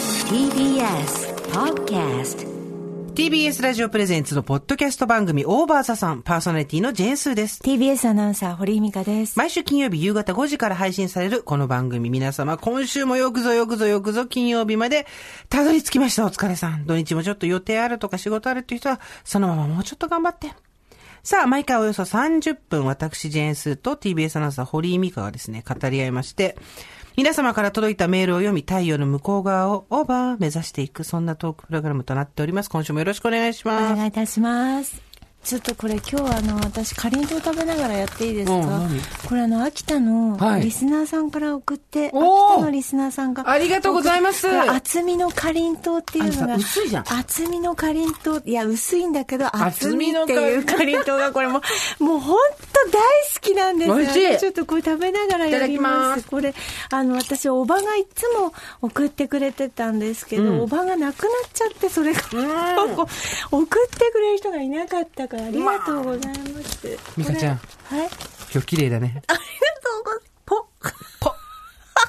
TBS Podcast TBS ラジオプレゼンツのポッドキャスト番組オーバーザさんパーソナリティのジェンスーです。 TBS アナウンサー、堀井美香です。毎週金曜日夕方5時から配信されるこの番組皆様今週もよくぞよくぞよくぞ金曜日までたどり着きましたお疲れさん。土日もちょっと予定あるとか仕事あるっていう人はそのままもうちょっと頑張って。さあ、毎回およそ30分、私、ジェーンスーと TBS アナウンサー、堀井美香がですね、語り合いまして、皆様から届いたメールを読み、太陽の向こう側をオーバー目指していく、そんなトークプログラムとなっております。今週もよろしくお願いしおます。願いいたします。ちょっとこれ今日あの私かりんとう食べながらやっていいですうんか何これあの秋田のはいリスナーさんから送って、お秋ー田のリスナーさんがありがとうございます送ってこれ厚みのかりんとうっていうのがあのさ薄いじゃん厚みのかりんとういや薄いんだけど厚厚みみのっていうかりんとうがこれもう もう本当大好きなんですよ美味しいちょっとこれ食べながらやりいただきまますすこれあの私おばがいつも送ってくれてたんですけど、おばがなくなっちゃってそれが、こう送ってくれる人がいなかったからありがとうございます、美香ちゃんこれはいありがと今日綺麗だね。うございますポッぽ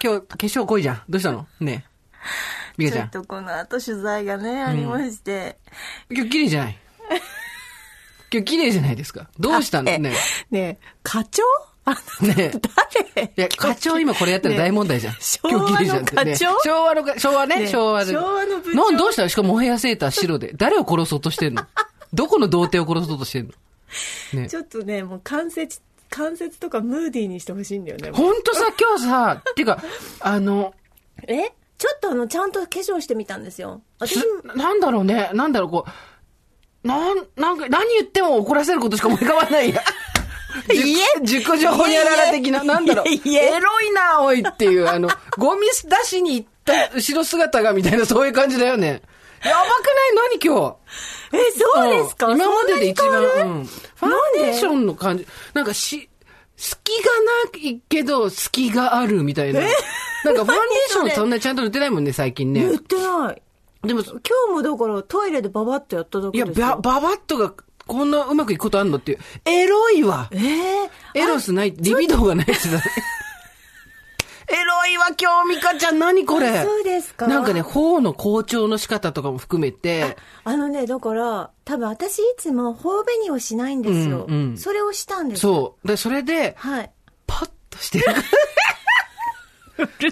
今日、化粧濃いじゃん。どうしたのねえ。美ち香ちょゃんっ。とこの後取材がね、ありまして今日綺麗じゃない。今日綺麗じゃないですか。どうしたのえねねえ課長あえ。ねえ。誰いや、課長今これやったら大問題じゃん。今日綺麗じゃんってね昭和の課長昭和の課、昭和ね、ねえ昭和で。昭和の部長なんどうしたのしかもお部屋セーター白で。誰を殺そうとしてんのどこの童貞を殺そうとしてんのねちょっとねもう関節関節とかムーディーにしてほしいんだよねもうほんとさ、今日さ、てか、あの、えちょっとあのちゃんと化粧してみたんですよ私すなんだろうね、なんだろう、こう、なん、なんか、何言っても怒らせることしか思い浮か ばないや。いえ10個情報にあらら的な、なんだろう、いえいえエロいな、おいっていう、あの、 ゴミ出しに行った後ろ姿がみたいな、そういう感じだよね。やばくない何今日。えそうですか、ん今までで一そんなに変わる番、うんファンデーションの感じ。なんかし、隙がないけど、隙があるみたいな。な んかファンデーションそんなにちゃんと塗ってないもんね、最近ね。塗ってないでも、今日もだからトイレでババッとやっただいけや、ですよば、ばばっとが、こんなうまくいくことあんのっていう。エロいわえー、エロスない、リビドーがないってだね エロいわ、今日、ミカちゃん、何これあそうですかなんかね、頬の好調の仕方とかも含めて、あのねだから多分私いつも頬紅をしないんですよ、うんうんそれをしたんですそう。で、それで、はいパッとして る。うるでも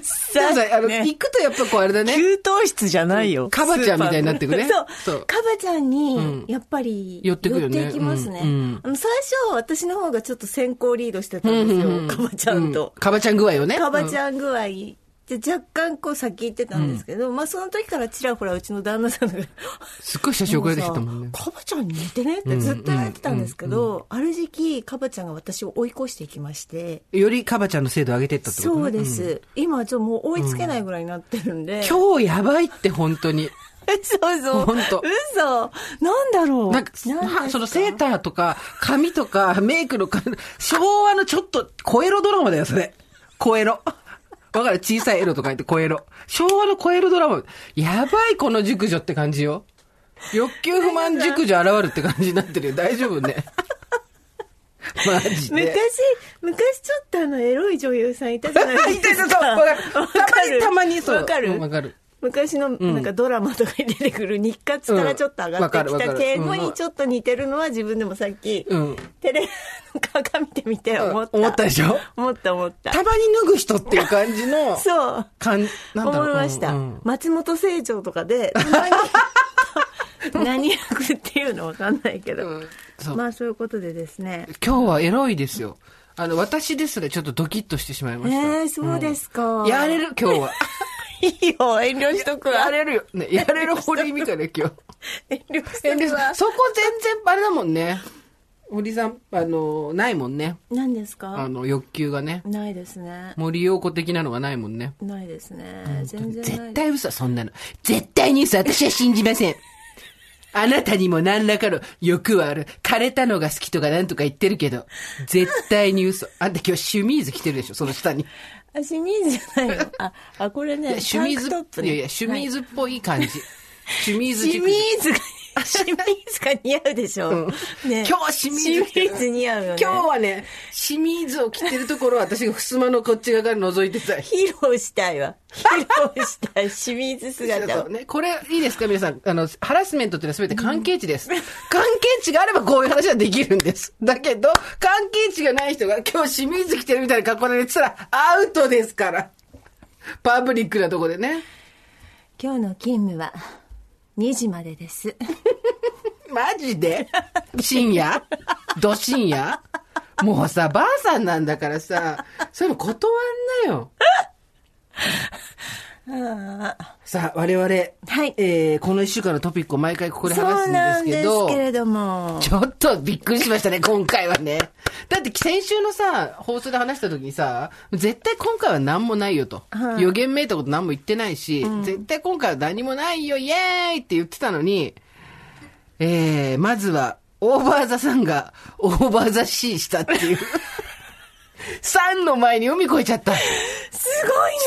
ささあの、行くとやっぱこう、あれだね。湯室じゃないよカバちゃんみたいになってくねそう そうカバちゃんうんにやっぱり寄ってくよね寄っていきますね、うんうんあの最初私の方がちょっと先行リードしてたんですよ、カバちゃんと、うカバちゃん具合をね。カバちうん。ゃん具合で若干こう先行ってたんですけど、まあその時からちらほらうちの旦那さんがすっごい写真送られてきたもんね。カバちゃんに似てねってずっと言われてたんですけど、ある時期カバちゃんが私を追い越していきましてよりカバちゃんの精度上げてったってことそうでね。す、今ちょっともう追いつけないぐらいになってるんで、う今日やばいって、本当に。 そうそうほんと嘘なんだろうなんか、ですそのセーターとか、髪とか、メイクのか、昭和のちょっと、小エロドラマだよ、それ。小エロ。わかる小さいエロとか言って小エロ。昭和の小エロドラマ。やばい、この熟女って感じよ。欲求不満熟女現るって感じになってるよ。大丈夫ね。マジ昔で。昔ちょっとあのエロい女優さんいたじゃないですか いたいたそうわかるわかるたまにたまにそうわかうんるわかる昔のなんかドラマとかに出てくる日活からちょっと上がってうきんわかるわたかる敬語にちょっと似てるのは自分でもさっき、うんテレビの鏡見てみて思った、思ったでしょ思った思ったたまに脱ぐ人っていう感じの、そう感じ、なんだろう。思いました、うんうん松本清張とか でたまに何役っていうのわかんないけど、うんそうまあそういうことでですね今日はエロいですよ。あの、私ですらちょっとドキッとしてしまいました。えーそうですかうんやれる、今日 は。いいよ遠慮しとくわやれるよ。ね、やれる堀井美香ね、今日。遠慮し遠と慮くわしそこ全然あれだもんね。堀さん、あの、ないもんね。何ですあかの、欲求がね。ないですね森陽子的なのがないもんね。ないですね全然ない絶対嘘、そんなの。絶対に嘘、私は信じません。あなたにも何らかの欲はある。枯れたのが好きとかなんとか言ってるけど、絶対に嘘。あんた今日シュミーズ着てるでしょ、その下に。あシミーズじゃないよああこれいやねシュミーズタンクトップねいやいや、シュミーズっぽい感じ。シュミーズシミ軸ーズが 清水が似合うでしょ。ね今日は清水着てる清水似合うよね。今日はね、清水を着てるところを私が襖のこっち側から覗いてた。披露したいわ。披露したい清水姿そ をう。ね、これいいですか皆さんあのハラスメントっていうのは全て関係値です、関係値があればこういう話はできるんですだけど関係値がない人が今日清水着てるみたいな格好で言ってたらアウトですからパブリックなとこでね今日の勤務は2時までです。マジで深夜ど深夜もうさばあさんなんだからさそれも断ん なよさあ我々、はいえーこの1週間のトピックを毎回ここで話そすうんでなすんけですどけれども。 ちょっとびっくりしましたね、今回はね。だって先週のさ、放送で話した時にさ、絶対今回は何もないよと。はい予言めいたこと何も言ってないし、絶対今回は何もないよ、イエーイって言ってたのに、えー、まずは、オーバーザさんが、オーバーザ C したっていう。 さんの前に海越えちゃった。すす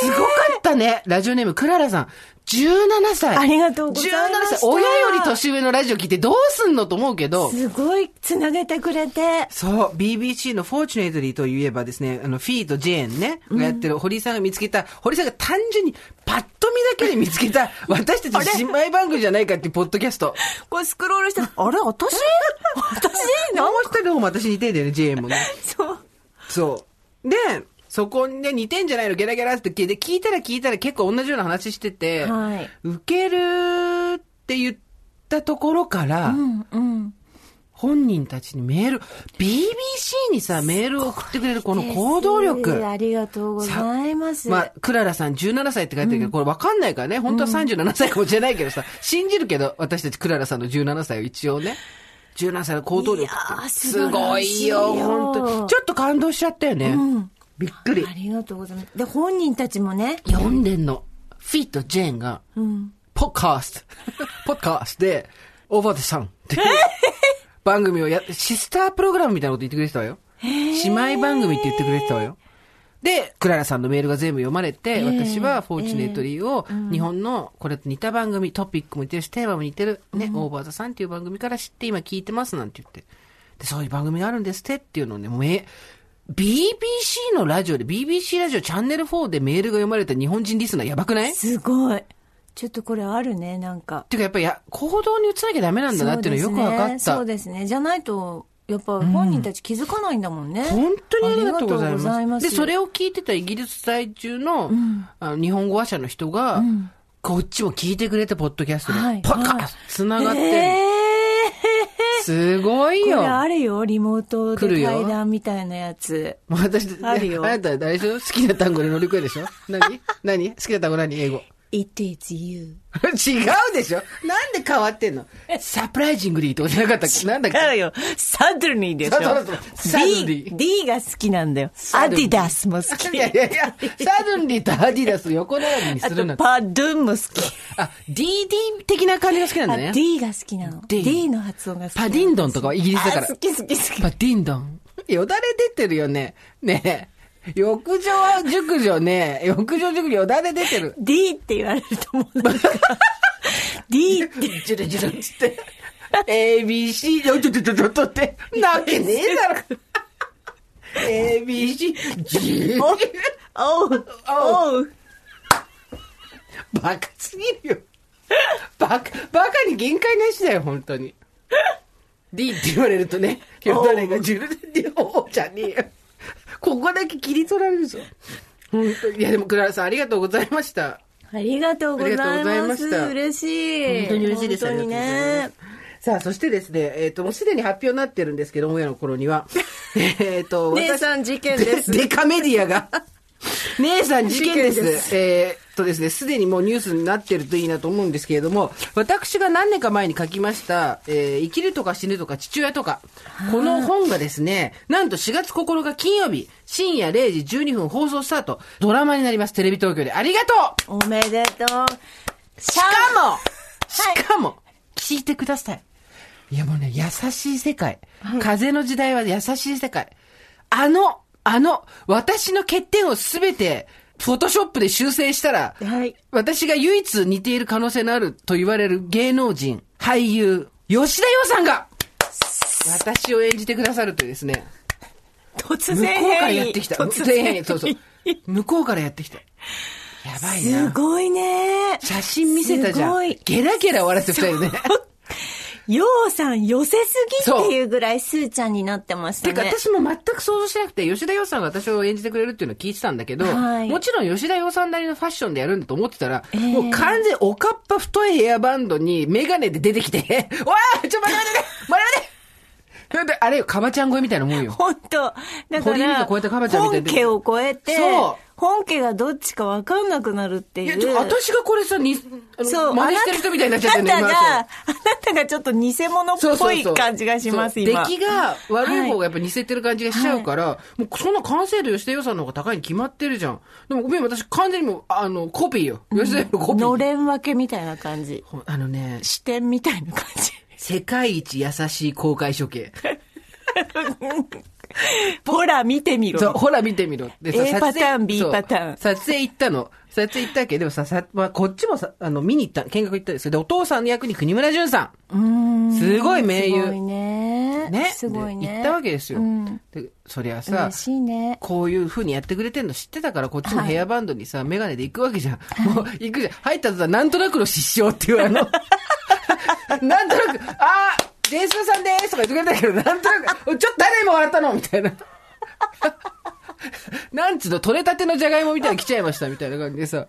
ごいねごかったね。ラジオネーム、クララさん。17歳。ありがとうございました17歳。親より年上のラジオ聞いてどうすんのと思うけど。すごいつなげてくれて。そう、BBC のフォーチュネートリーといえばですね、あの、フィーとジェーンね、がやってる堀井さんが見つけた、堀井さんが単純にパッと見だけで見つけ た、私たち姉妹番組じゃないかっていうポッドキャスト。こうスクロールしたら、あれ私私もう一人の方も私似てんだよね、ジェーンもね。そう。そう。で、そこで似てんじゃないのゲラゲラって聞いて、聞いたら聞いたら結構同じような話してて、はい受けるって言ったところから、うんうん。本人たちにメール、BBC にさ、メールを送ってくれるこの行動で力す。ありがとうございます。まあ、クララさん17歳って書いてるけど、これわかんないからね、本当は37歳かもしれないけどさ、信じるけど、私たちクララさんの17歳を一応ね、17歳の行動いや力。ーす素晴ごらしいいよよ、本当にちょっと感動しちゃったよね。びっくりあ。りがとうございます。で、本人たちもね、読んでんの。フィット・ジェーンが、ポッカースト、ポッカーストで、オーバーさんっていう番組をやって、シスタープログラムみたいなこと言ってくれてたわよ。姉妹番組って言ってくれてたわよ。で、クララさんのメールが全部読まれて、私はフォーチュネートリーを日本のこれと似た番組、トピックも似てるし、テーマも似てる、ね、オーバーザさんっていう番組から知って今聞いてますなんて言って。で、そういう番組があるんですってっていうのをね、もうえ、BBC のラジオで、BBC ラジオチャンネル4でメールが読まれた日本人リスナーやばくないすごい。ちょっとこれあるね、なんか。っていうかやっぱりや行動に移さなきゃダメなんだなっていうのよく分かった。そうですね。そうですねじゃないと、やっぱ本人たち気づかないんだもんね。本当にありがとうございあります。がとうごで、それを。を聞いてたイギリス在住の,、あの日本語話者の人が、こっちも聞いてくれて、ポッドキャストで。はいパカッ、はいつながってる、えすごいー、よ。これあるよ、リモート来るでよ対談みたいなやつ。もう私、あるよあなた、あれでしょ好きな単語で乗り越えでしょ何何好きな単語何英語。 It is you. 違うでしょなんで変わってんのサプライジングリーとかじゃなかったっけなんだっけからよ、サドルニーでしょそうそうそうサドルニ D, D が好きなんだよ。ドアルデニーィダスも好いき。やいやいや、サドンリーとアディダスを横並びにあするなと、んて。パドゥンも好き。あ、DD 的な感じが好きなんだあね。 D が好きなの。 D D, の発音が好きなパの。ディンドンとかはイギリスだからあ好き好き好き。パディンドン。よだれ出てるよね。ねえ。浴場熟女ね。浴場熟女よだれ出てる。 D って言われると思う。なん か D って。ジュルジュルっつって。ABC、ちょちょちょちょちょって。なわけねえだろ。ABC、ジュル。おう、おう。バカすぎるよ。バカ、バカに限界なしだよ、本当に。D って言われるとね、よだれがジュルって、おうじゃねえよ。ここだけ切り取られるぞ。本当に。いや、でも、倉原さん、ありがとうございました。ありがとうございありがとうございま。ますした嬉しい。本当に嬉しいです本当にあね。さあ、そしてですね、えっ、と、もうすでに発表になってるんですけど、オンエアの頃 には。えっと、姉さん事件ですデカメディアが。姉さん事件です。事件ですえーっとですね、すでにもうニュースになってるといいなと思うんですけれども、私が何年か前に書きました、えー生きるとか死ぬとか父親とか、この本がですね、なんと4月9日金曜日、深夜0時12分放送スタート、ドラマになります、テレビ東京で。ありがとうおめでとう。しかも、しかも、聞いてください。いやもうね、優しい世界。風の時代は優しい世界。あの、あの、私の欠点をすべて、フォトショップで修正したら、はい私が唯一似ている可能性のあると言われる芸能人、俳優、吉田洋さんが、私を演じてくださるというですね、突向こ然うから変異やってきた。突全然変異そうそう。向こうからやってきた。やばいすな。ごいね写真見せたじゃすごんい。ゲラゲラ笑ってたよね。ようさん寄せすぎっていうぐらいスーちゃんになってましたてね。か私も全く想像してなくて、吉田洋さんが私を演じてくれるっていうのを聞いてたんだけど、はいもちろん吉田洋さんなりのファッションでやるんだと思ってたら、えもう完全におかっぱ太いヘアバンドにメガネで出てきて、 わあちょ、待って待って待って待って待ってであれよ、かばちゃん声みたいなもんよ。本当だか堀井美香ら、超えたカバちゃんみたい本な家を超えてそう、本家がどっちかわかんなくなるっていいや、う。ちょ私がこれさ、に、あその、う、真似してる人みたいになっちゃってるね、あなた今が、そうあなたがちょっと偽物っそうそぽういそう感じがします、そう今。出来が悪い方がやっぱ似せてる感じがしちゃうから、もうそんな完成度吉田洋さんの方が高いに決まってるじゃん。でもごめん、私完全にもう、あの、コピーよ。吉田洋のコピー。のれん分けみたいな感じ。ほんあのね、視点みたいな感じ。 世界一優しい公開処刑。ほら、見てみろ。そう、ほら見てみろ。で A パターン B そうパターン撮影行ったの。撮影行ったけど、でもさ、さ、まあ、こっちもさ、あの、見に行った、見学行ったんですけど、お父さんの役に国村淳さん。すごい名優すごいね。ね。すごいね。で行ったわけですよ。うんで、そりゃさ嬉、しいね。こういう風にやってくれてんの知ってたから、こっちのヘアバンドにさ、メガネで行くわけじゃん。もう、行くじゃん。入った途端、なんとなくの失笑っていうあの、 なんとなく、あー、ジェイスーさんでーすとか言ってくれたけど、なんとなく、ちょっと誰も笑ったのみたいな。 なんつうの、取れたてのじゃがいもみたいに来ちゃいましたみたいな感じでさ。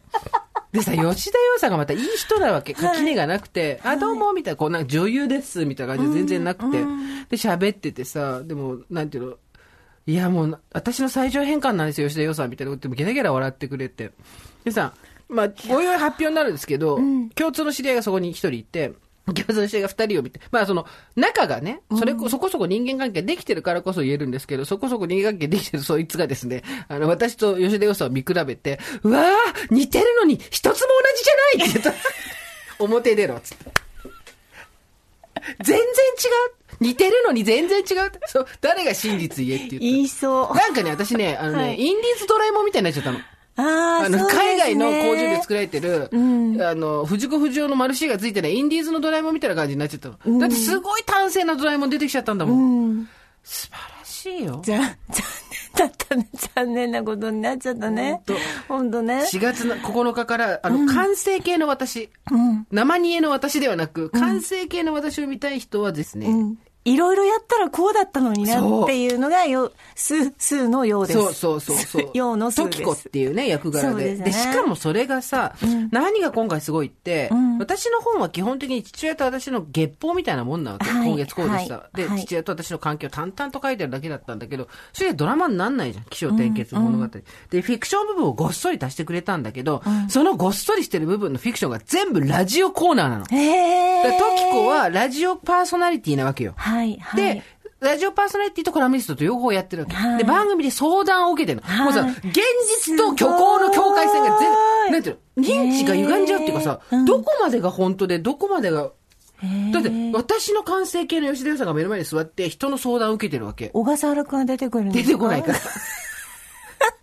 でさ、吉田洋さんがまたいい人なわけ。垣根がなくて、あ、どうも、みたいな、こう、なんか女優です、みたいな感じで全然なくて。で、喋っててさ、でも、なんていうの、いや、もう、私の最上変換なんですよ、吉田洋さんみたいなこと言って、ゲラゲラ笑ってくれて。でさ、まあ、おいおい発表になるんですけど、共通の知り合いがそこに一人いて、共通の知り合いが二人を見て、まあ、その、仲がね、それこ、そこそこ人間関係できてるからこそ言えるんですけど、そこそこ人間関係できてるそいつがですね、あの、私と吉田洋さんを見比べて、うわー似てるのに一つも同じじゃないって言った。 表出ろ、つって。全然違う似てるのに全然違うそう、誰が真実言えって言った。言いそう。なんかね、私ね、あのね、はいインディーズドラえもんみたいになっちゃったの。ああ、あの、そうですね海外の工場で作られてる、あの、藤子不二雄のマルシーがついてないインディーズのドラえもんみたいな感じになっちゃったの。だってすごい端正なドラえもん出てきちゃったんだもん。素晴らしいよ。じゃあ残 念だったね。残念なことになっちゃったね。本当ね。 4月の9日から、あの、完成形の私、生煮えの私ではなく、完成形の私を見たい人はですね、うんいろいろやったらこうだったのになそうっていうのがよ、す、すのようです。。そうそうそうそう ようのすです。時子っていうね、役柄そうで。でですねしかもそれがさ、何が今回すごいって、ん私の本は基本的に父親と私の月報みたいなもんなわけ。はい今月こうでした。はいで、はい父親と私の関係を淡々と書いてるだけだったんだけど、それでドラマになんないじゃん。起承転結の物語、で、フィクション部分をごっそり足してくれたんだけど、そのごっそりしてる部分のフィクションが全部ラジオコーナーなの。へえ。だから時子、はラジオパーソナリティなわけよ。はい、はい。で、ラジオパーソナリティとコラムニストと両方やってるわけ。はいで、番組で相談を受けてるの。はいもうさ、現実と虚構の境界線がす全ごいなんていうの、認知が歪んじゃうっていうかさ、へーうんどこまでが本当で、どこまでが、へーだって、私の完成形の吉田洋さんが目の前に座って、人の相談を受けてるわけ。小笠原くんは出てくるんで出すかてこないから。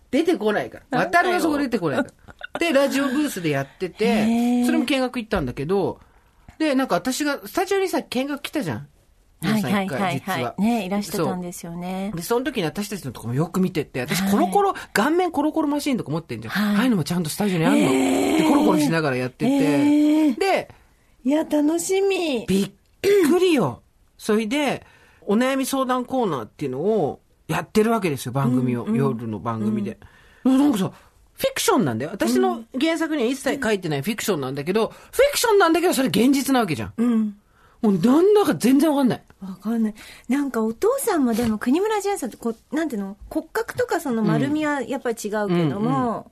出てこないから。渡るがそこ出てこないから。で、ラジオブースでやってへて、ーそれも見学行ったんだけど、で、なんか私が、スタジオにさ、見学来たじゃん。はい皆はさんい一回はい実は。はいね、いらしてたそうんですよね。で、その時に私たちのとこもよく見てって、私コロコロ、顔面コロコロマシーンとか持ってんじゃん。はいああいうのもちゃんとスタジオにあんの。で、コロコロしながらやってて。へーで、いや、楽しみ。びっくりよ。それで、お悩み相談コーナーっていうのをやってるわけですよ、番組を。夜の番組で。なんかさ、フィクションなんだよ。私の原作には一切書いてないフィクションなんだけど、フィクションなんだけど、それ現実なわけじゃん。うん。もうなんだか全然わかんない。わかんない。なんかお父さんもでも国村淳さんってこう、なんていうの骨格とかその丸みはやっぱり違うけども、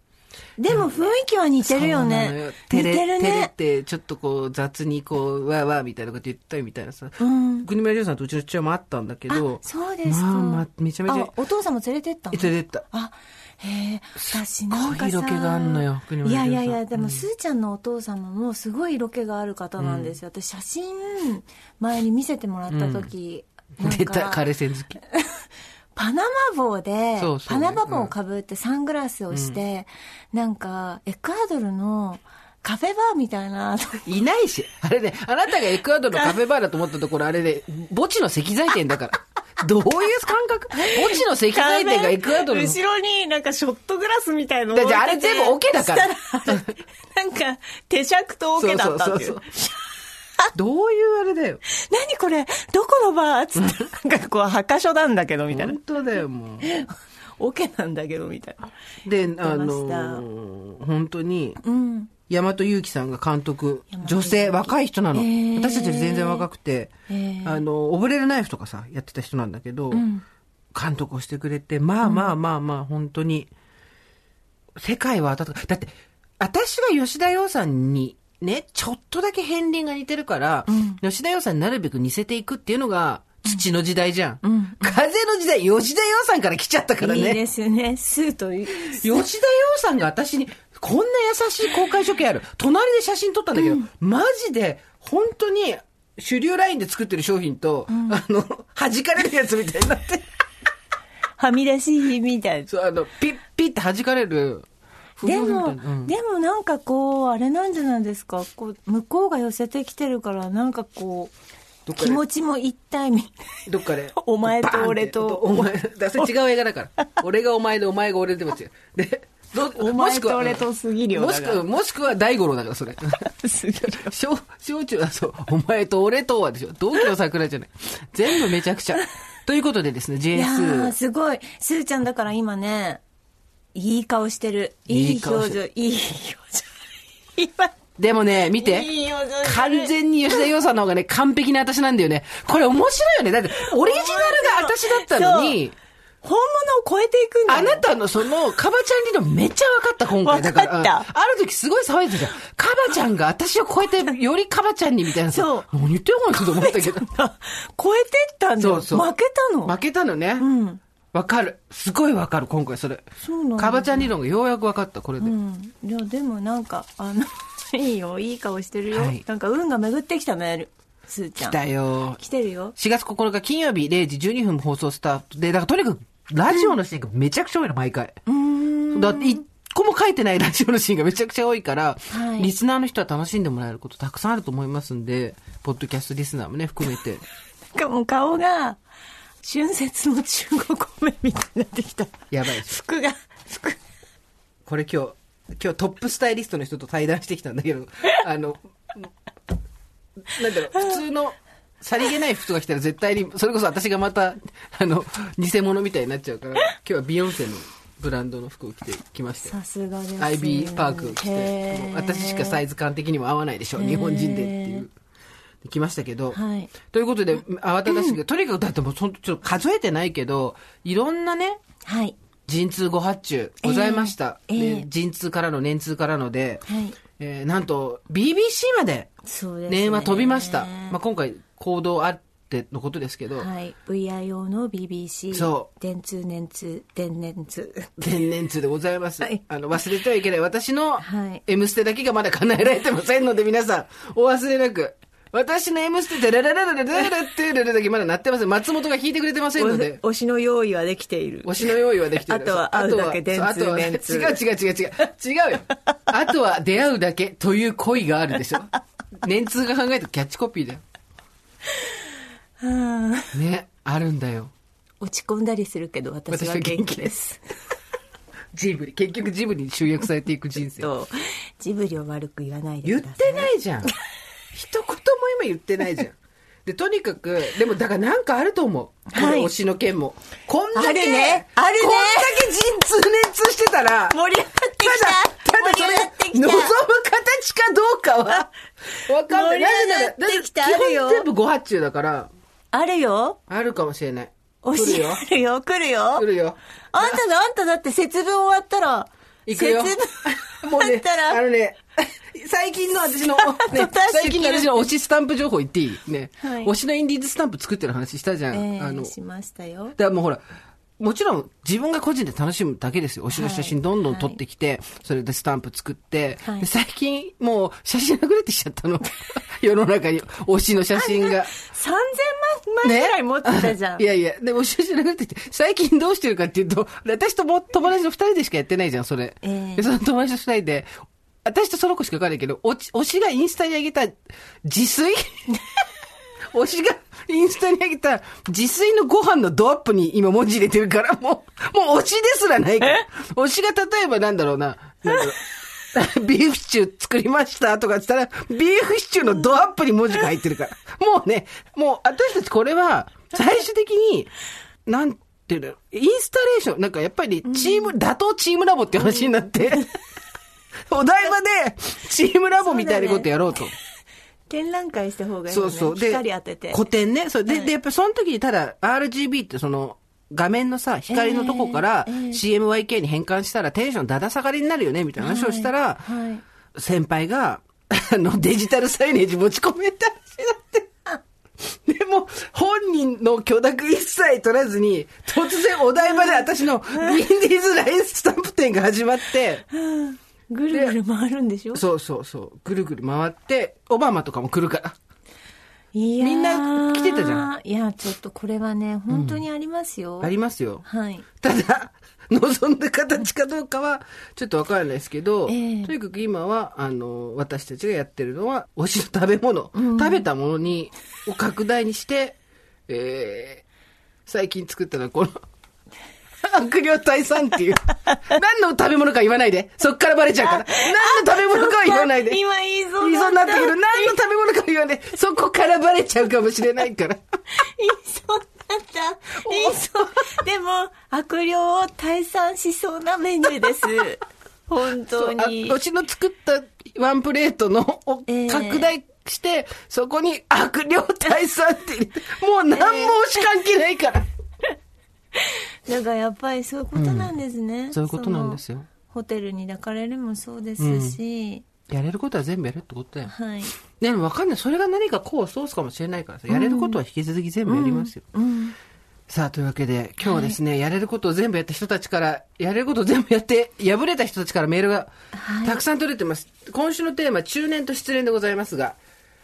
でも雰囲気は似てるよそうなのね。似てる照れ、照れね。て、ちょっとこう、雑にこう、わーわーみたいなこと言ったりみたいなさ。うん。国村淳さんとうちの父親もあったんだけあど、、そうですか。まあまあめちゃめちゃあお父さんも連れてったの連れてった。あ、へえ、私なんかさ。すっごい色気があんのよ国い村さやんいやいや、でうも、んすーちゃんのお父様もすごい色気がある方なんですよ。私、写真、前に見せてもらった時、 なん出た、か枯、れ線好き。パナマ帽でそう、そうパねナマ帽をかぶってサングラスをして、なんか、エクアドルの、カフェバーみたいな。いないし。あれね、あなたがエクアドルのカフェバーだと思ったところ、あれね、墓地の石材店だから。どういう感覚墓地の石材店がエクアドルの。後ろになんかショットグラスみたいのだってあれ全部桶だからしたらなんか、手酌と桶だったっていう。どういうあれだよ。何これどこのバーつって、なんかこう、墓所なんだけど、みたいな本。当だよ、もう。桶なんだけど、みたいな。で、たあのー、本当に、うん。大和祐樹さんが監督大和、女性、若い人なの。えー私たちより全然若くて、えーあの、オブレルナイフとかさ、やってた人なんだけど、監督をしてくれて、まあまあまあまあ、本当に、世界は温かい。だって、私が吉田洋さんに、ね、ちょっとだけ片鱗が似てるから、吉田洋さんになるべく似せていくっていうのが、土の時代じゃん。風の時代、吉田洋さんから来ちゃったからいいね。ですよね。スーとい、吉田洋さんが私に、こんな優しい公開処刑ある。隣で写真撮ったんだけど、マジで、本当に、主流ラインで作ってる商品と、あの、弾かれるやつみたいになって、はみ出しみたいな。 そう、あの、ピッピッって弾かれる。不で良みたも、いなうんでもなんかこう、あれなんじゃないですか。こう、向こうが寄せてきてるから、なんかこどう、っか気で持ちも一体み、どっかで。お前とバーンって俺とお前、だそれ違う映画だから。俺がお前で、お前が俺でも違う。で、どおも前しくはと俺と杉良もだしかくらは、もしくは大五郎だから、それ。 杉良小、小中、あ、そう、お前と俺とはでしょ。同期の桜じゃない。全部めちゃくちゃ。ということでですね、いやー、 JS。すごい。スーちゃんだから今ね、いい顔してる。いいいい顔表して情、るいい表情。今、でもね、見て。いい表情してる完全に吉田洋さんの方がね、完璧な私なんだよね。これ面白いよね。だって、オリジナルが私だったのに、本物を超えていくんだあよねなたのその、カバちゃん理論めっちゃ分かった、今回。だから。分かったうんある時すごい騒いでたじゃん。カバちゃんが私を超えて、よりカバちゃんにみたいなさ。そう何言ってんのかなと思った けど。超えてったんだよ。そうそう負けたの。負けたのね。うん。わかる。すごいわかる、今回それ。そうなんだカバちゃん理論がようやくわかった、これで。うん。いや、でもなんか、あの、 いいよ、いい顔してるよ。はいなんか運が巡ってきたメール、スーちゃ来ん。たよ。来てるよ。 4月9日金曜日0時12分放送スタートで、だからとにかくラジオのシーンがめちゃくちゃ多いの、毎回。だって一個も書いてないラジオのシーンがめちゃくちゃ多いから、はいリスナーの人は楽しんでもらえることたくさんあると思いますんで、ポッドキャストリスナーもね、含めて。なんかもう顔が、春節の中国米みたいになってきた。やばいでしょ。服が、服がこれ今日、今日トップスタイリストの人と対談してきたんだ けど、あの、なんだろう、普通の、さりげない服が着たら絶対に、それこそ私がまた、あの、偽物みたいになっちゃうから、今日はビヨンセのブランドの服を着てきましたさ。よすがです。 IB パークを着て、もう私しかサイズ。ズ感的にも合わないでしょう、へー日本人でっていう。できましたけど、はいということで、慌ただしく、とにかくだってもう、そんちょっと数えてないけど、いろんなね、はい。陣痛ご発注ございました、ええええで陣痛からの年痛からので、はいえーなんと BBC までそうですね。年は飛びました、まあ、今回行動あってのことですけど、はい。VIO の BBC。そう。電通、年通、電年通。天然痛でございます、はいあの忘れてはいけない私のはい「M ステ」だけがまだ叶えられてませんので皆さんお忘れなく私の「M ステ」でラララララララってララだけまだ鳴ってません松本が弾いてくれてませんので推しの用意はできている。推しの用意はできてる。あとはそう会うだけ電通あとは電通違う違う違う違う。違うよ。あとは出会うだけという恋がある でしょ。年通が考えたキャッチコピーだよ。はあね、あるんだよ。落ち込んだりするけど、私は元気です。ジブリ。結局ジブリに集約されていく人生。と、ジブリを悪く言わないで言っください。てないじゃん。一言も今言ってないじゃ ん。で、とにかく、でもだからなんかあると思う。このはい推しの件も。こんだけ、あるねあるねこんだけ陣通年通してたら、盛り上がってきたただ、ただそ盛れ、り上望がむってき形かどう かは、わかんな盛い。り上がなぜってきたならだあるよ基本全部ご発注だから、たあるよあるかもしれない。推来るしよ。あるよ来るよ来るよ。あんただ、あんただって節分終わったら、行くよ節。分もう終わっねた、ら、あ のね、最近の 私の、ダッ、シねュ最近の私の推しスタンプ情報言っていいね。はい推しのインディーズスタンプ作ってる話したじゃん。ええあの、しましたよ。だからもうほら、もちろん自分が個人で楽しむだけですよ。推しの写真どんどん撮ってきて、それでスタンプ作って、はいで最近もう写真溢れてきちゃったの。 世の中に推しの写真が。 3000万枚ぐらい持ってたじゃん。 いやいや、でも推しの写真溢れてきて、最近どうしてるかっていうと、私とも友達の二人でしかやってないじゃん、それ。ええでその友達の二人で、私とその子しかわかんないけど、おち推しがインスタに上げた自炊推しがインスタに上げた自炊のご飯のドアップに今文字入れてるから、もう、もう推しですらないから。推しが例えばなんだろうな。なんだろう ビーフシチュー作りましたとかって言ったら、ビーフシチューのドアップに文字が入ってるから。もうね、もう私たちこれは、最終的に、なんていうの、インスタレーション、なんかやっぱりチーム、打倒チームラボっていう話になって、お台場でチームラボみたいなことやろうと。展覧会した方がいいそようね。そう。光当てて。古典ね。そう。で、はいで、やっぱその時にただ RGB ってその、画面のさ、光のとこからえーえー CMYK に変換したらテンションだだ下がりになるよね、みたいな話をしたら、はい。先輩が、あの、デジタルサイネージ持ち込めた話になって。でも、本人の許諾一切取らずに、突然お台場で私のウィンディーズラインスタンプ展が始まって、ぐるぐる回るんでしょそうそうそう、ぐるぐる回って、オバマとかも来るから。いやーみんな来てたじゃん。いや、ちょっとこれはね、本当にありますよ。ありますよ。はい。ただ、望んだ形かどうかは、ちょっとわからないですけど、ええとにかく今は、あの、私たちがやってるのは、推しの食べ物、食べたものに、を拡大にして、えー最近作ったのはこの、悪霊退散っていう。何の食べ物か言わないで。そっからバレちゃうから。何の食べ物かは言わないで。今言いそう言いだそうっになたったけど、何の食べ物かは言わない。そこからバレちゃうかもしれないから。言いそうだった。言いそう。でも、悪霊を退散しそうなメニュー です。本当にあ。うちの作ったワンプレートのをええ拡大して、そこに悪霊退散って入れて もう何も推し関係ないから、だからやっぱりそういうことなんですね。そういうことなんですよその。ホテルに抱かれるもそうですし、やれることは全部やるってことだよ。はい。でも分かんない。それが何か功を奏すかもしれないからさ、やれることは引き続き全部やりますよ。うん。さあ、というわけで、今日はですね、やれることを全部やった人たちから、やれることを全部やって、破れた人たちからメールがはいたくさん取れてます。今週のテーマ、中年と失恋でございますが、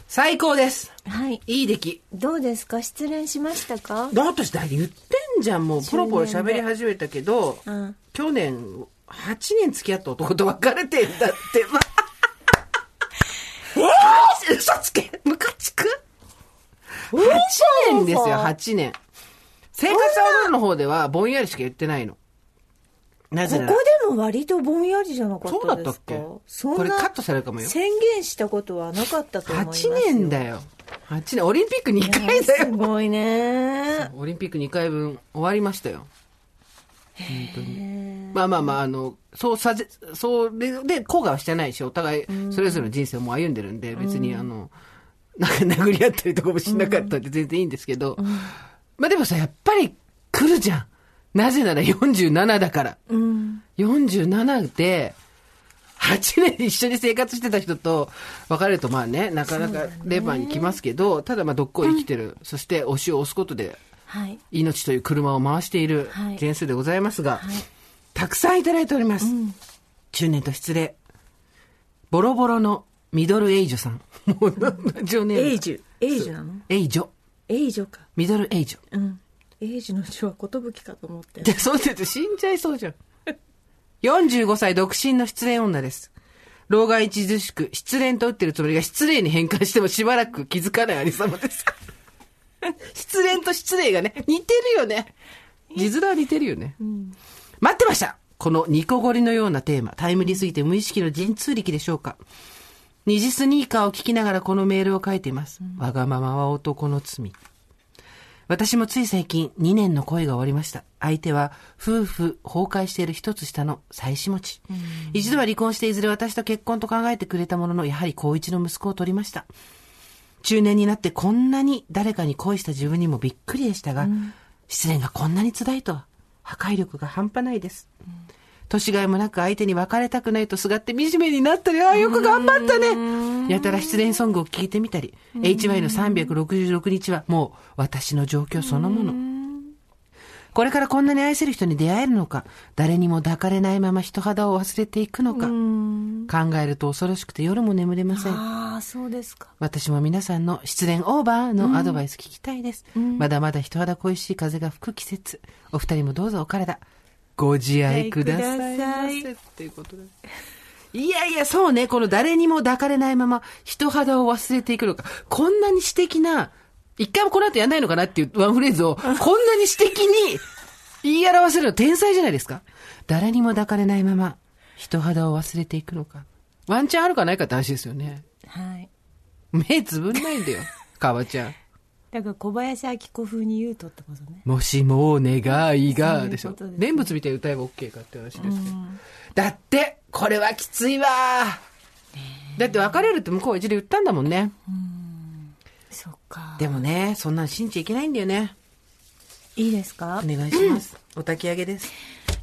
最高です。はい。いい出来。どうですか失恋しましたかだってだ言ってんじゃんもうポロポロ喋り始めたけど、うん去年8年付き合った男と別れてんだってまえ嘘つけムカつく8年ですよ8年生活アドの方ではぼんやりしか言ってないのなこぜこならでも割とぼんやりじゃなかったですかそうだったっけそんなこれカットされるかもよ宣言したことはなかったと思いますよ8年だよ8年オリンピック2いや回だすよごいねオリンピック2回分終わりましたよ。本当に。まあまあまあ、あの、そうさせ、そうで、で、後悔はしてないし、お互い、それぞれの人生をもう歩んでるんで、別に、あの、なんか殴り合ったりとかもしなかったんで全然いいんですけど、まあでもさ、やっぱり来るじゃん。なぜなら47だから。うん47で、8年一緒に生活してた人と別れると、まあね、なかなかレバーに来ますけど、ただまあ、どっこい生きてる、そして推しを押すことで、はい命という車を回しているはい件数でございますが、たくさんいただいております、中年と失礼ボロボロのミドルエイジョさんもうラジオネームエイジュエイジュなのエイジョエイジョかミドルエイジョうんエイジュの字は寿かと思ってじゃあそうすると死んじゃいそうじゃん。45歳独身の失恋女です。老害著しく、失恋と打ってるつもりが失礼に変換してもしばらく気づかないありさまです。失恋と失礼がね、似てるよね。字面は似てるよね。待ってましたこのニコゴリのようなテーマ、タイムリーすぎて無意識の陣痛力でしょうか。二次スニーカーを聞きながらこのメールを書いています。わがままは男の罪。私もつい最近2年の恋が終わりました。相手は夫婦崩壊している一つ下の妻子持ち。一度は離婚していずれ私と結婚と考えてくれたものの、やはり高一の息子を取りました。中年になってこんなに誰かに恋した自分にもびっくりでしたが、失恋がこんなに辛いとは、破壊力が半端ないです。年がいもなく相手に別れたくないとすがって惨めになったり、ああ、よく頑張ったねやたら失恋ソングを聴いてみたり、HY の366日はもう私の状況そのもの。これからこんなに愛せる人に出会えるのか、誰にも抱かれないまま人肌を忘れていくのか、考えると恐ろしくて夜も眠れません。ああそうですか私も皆さんの失恋オーバーのアドバイス聞きたいです。まだまだ人肌恋しい風が吹く季節。お二人もどうぞお体、ご自愛くださいまご自愛くださせ。っていうことでいやいや、そうね。この誰にも抱かれないまま、人肌を忘れていくのか。こんなに私的な、一回もこの後やんないのかなっていうワンフレー ズを、こんなに私的に言い表せるの天才じゃないですか。誰にも抱かれないまま、人肌を忘れていくのか。ワンチャンあるかないかって話ですよね。はい。目つぶんない んだよ。かわちゃん。だから小林明子風に言うとってことね。もしも願いそういが、うでしょことです。ね念仏みたいに歌えば OK かって話ですけど。だって、これはきついわだって別れるって向こうは一度言ったんだもんね。そっか。でもね、そんなの信じちゃいけないんだよね。いいですかお願いします。お焚き上げです。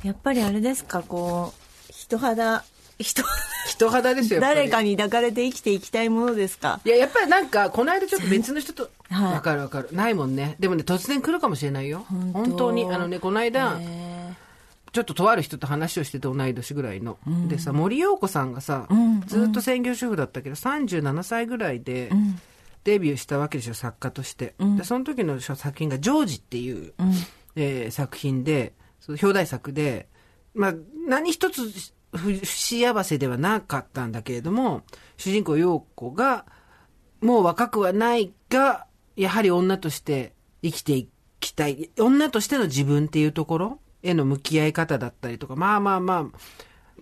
やっぱりあれですか、こう、人肌、人、人肌ですよ。やっぱ誰りかに抱かれて生きていきたいものですかいや、やっぱりなんか、この間ちょっと別の人と、はいわかるわかる。ないもんね。でもね、突然来るかもしれないよ。本当本当に。あのね、この間、えちょっととある人と話をしてて同い年ぐらいの。でさ、森陽子さんがさ、ずっと専業主婦だったけど、37歳ぐらいで、デビューしたわけでしょ、作家として。で、その時の作品が、ジョージっていう、えー作品で、その表題作で、まあ、何一つ不不幸せではなかったんだけれども、主人公陽子が、もう若くはないが、やはり女として生きていきたい。女としての自分っていうところへの向き合い方だったりとか、まあまあま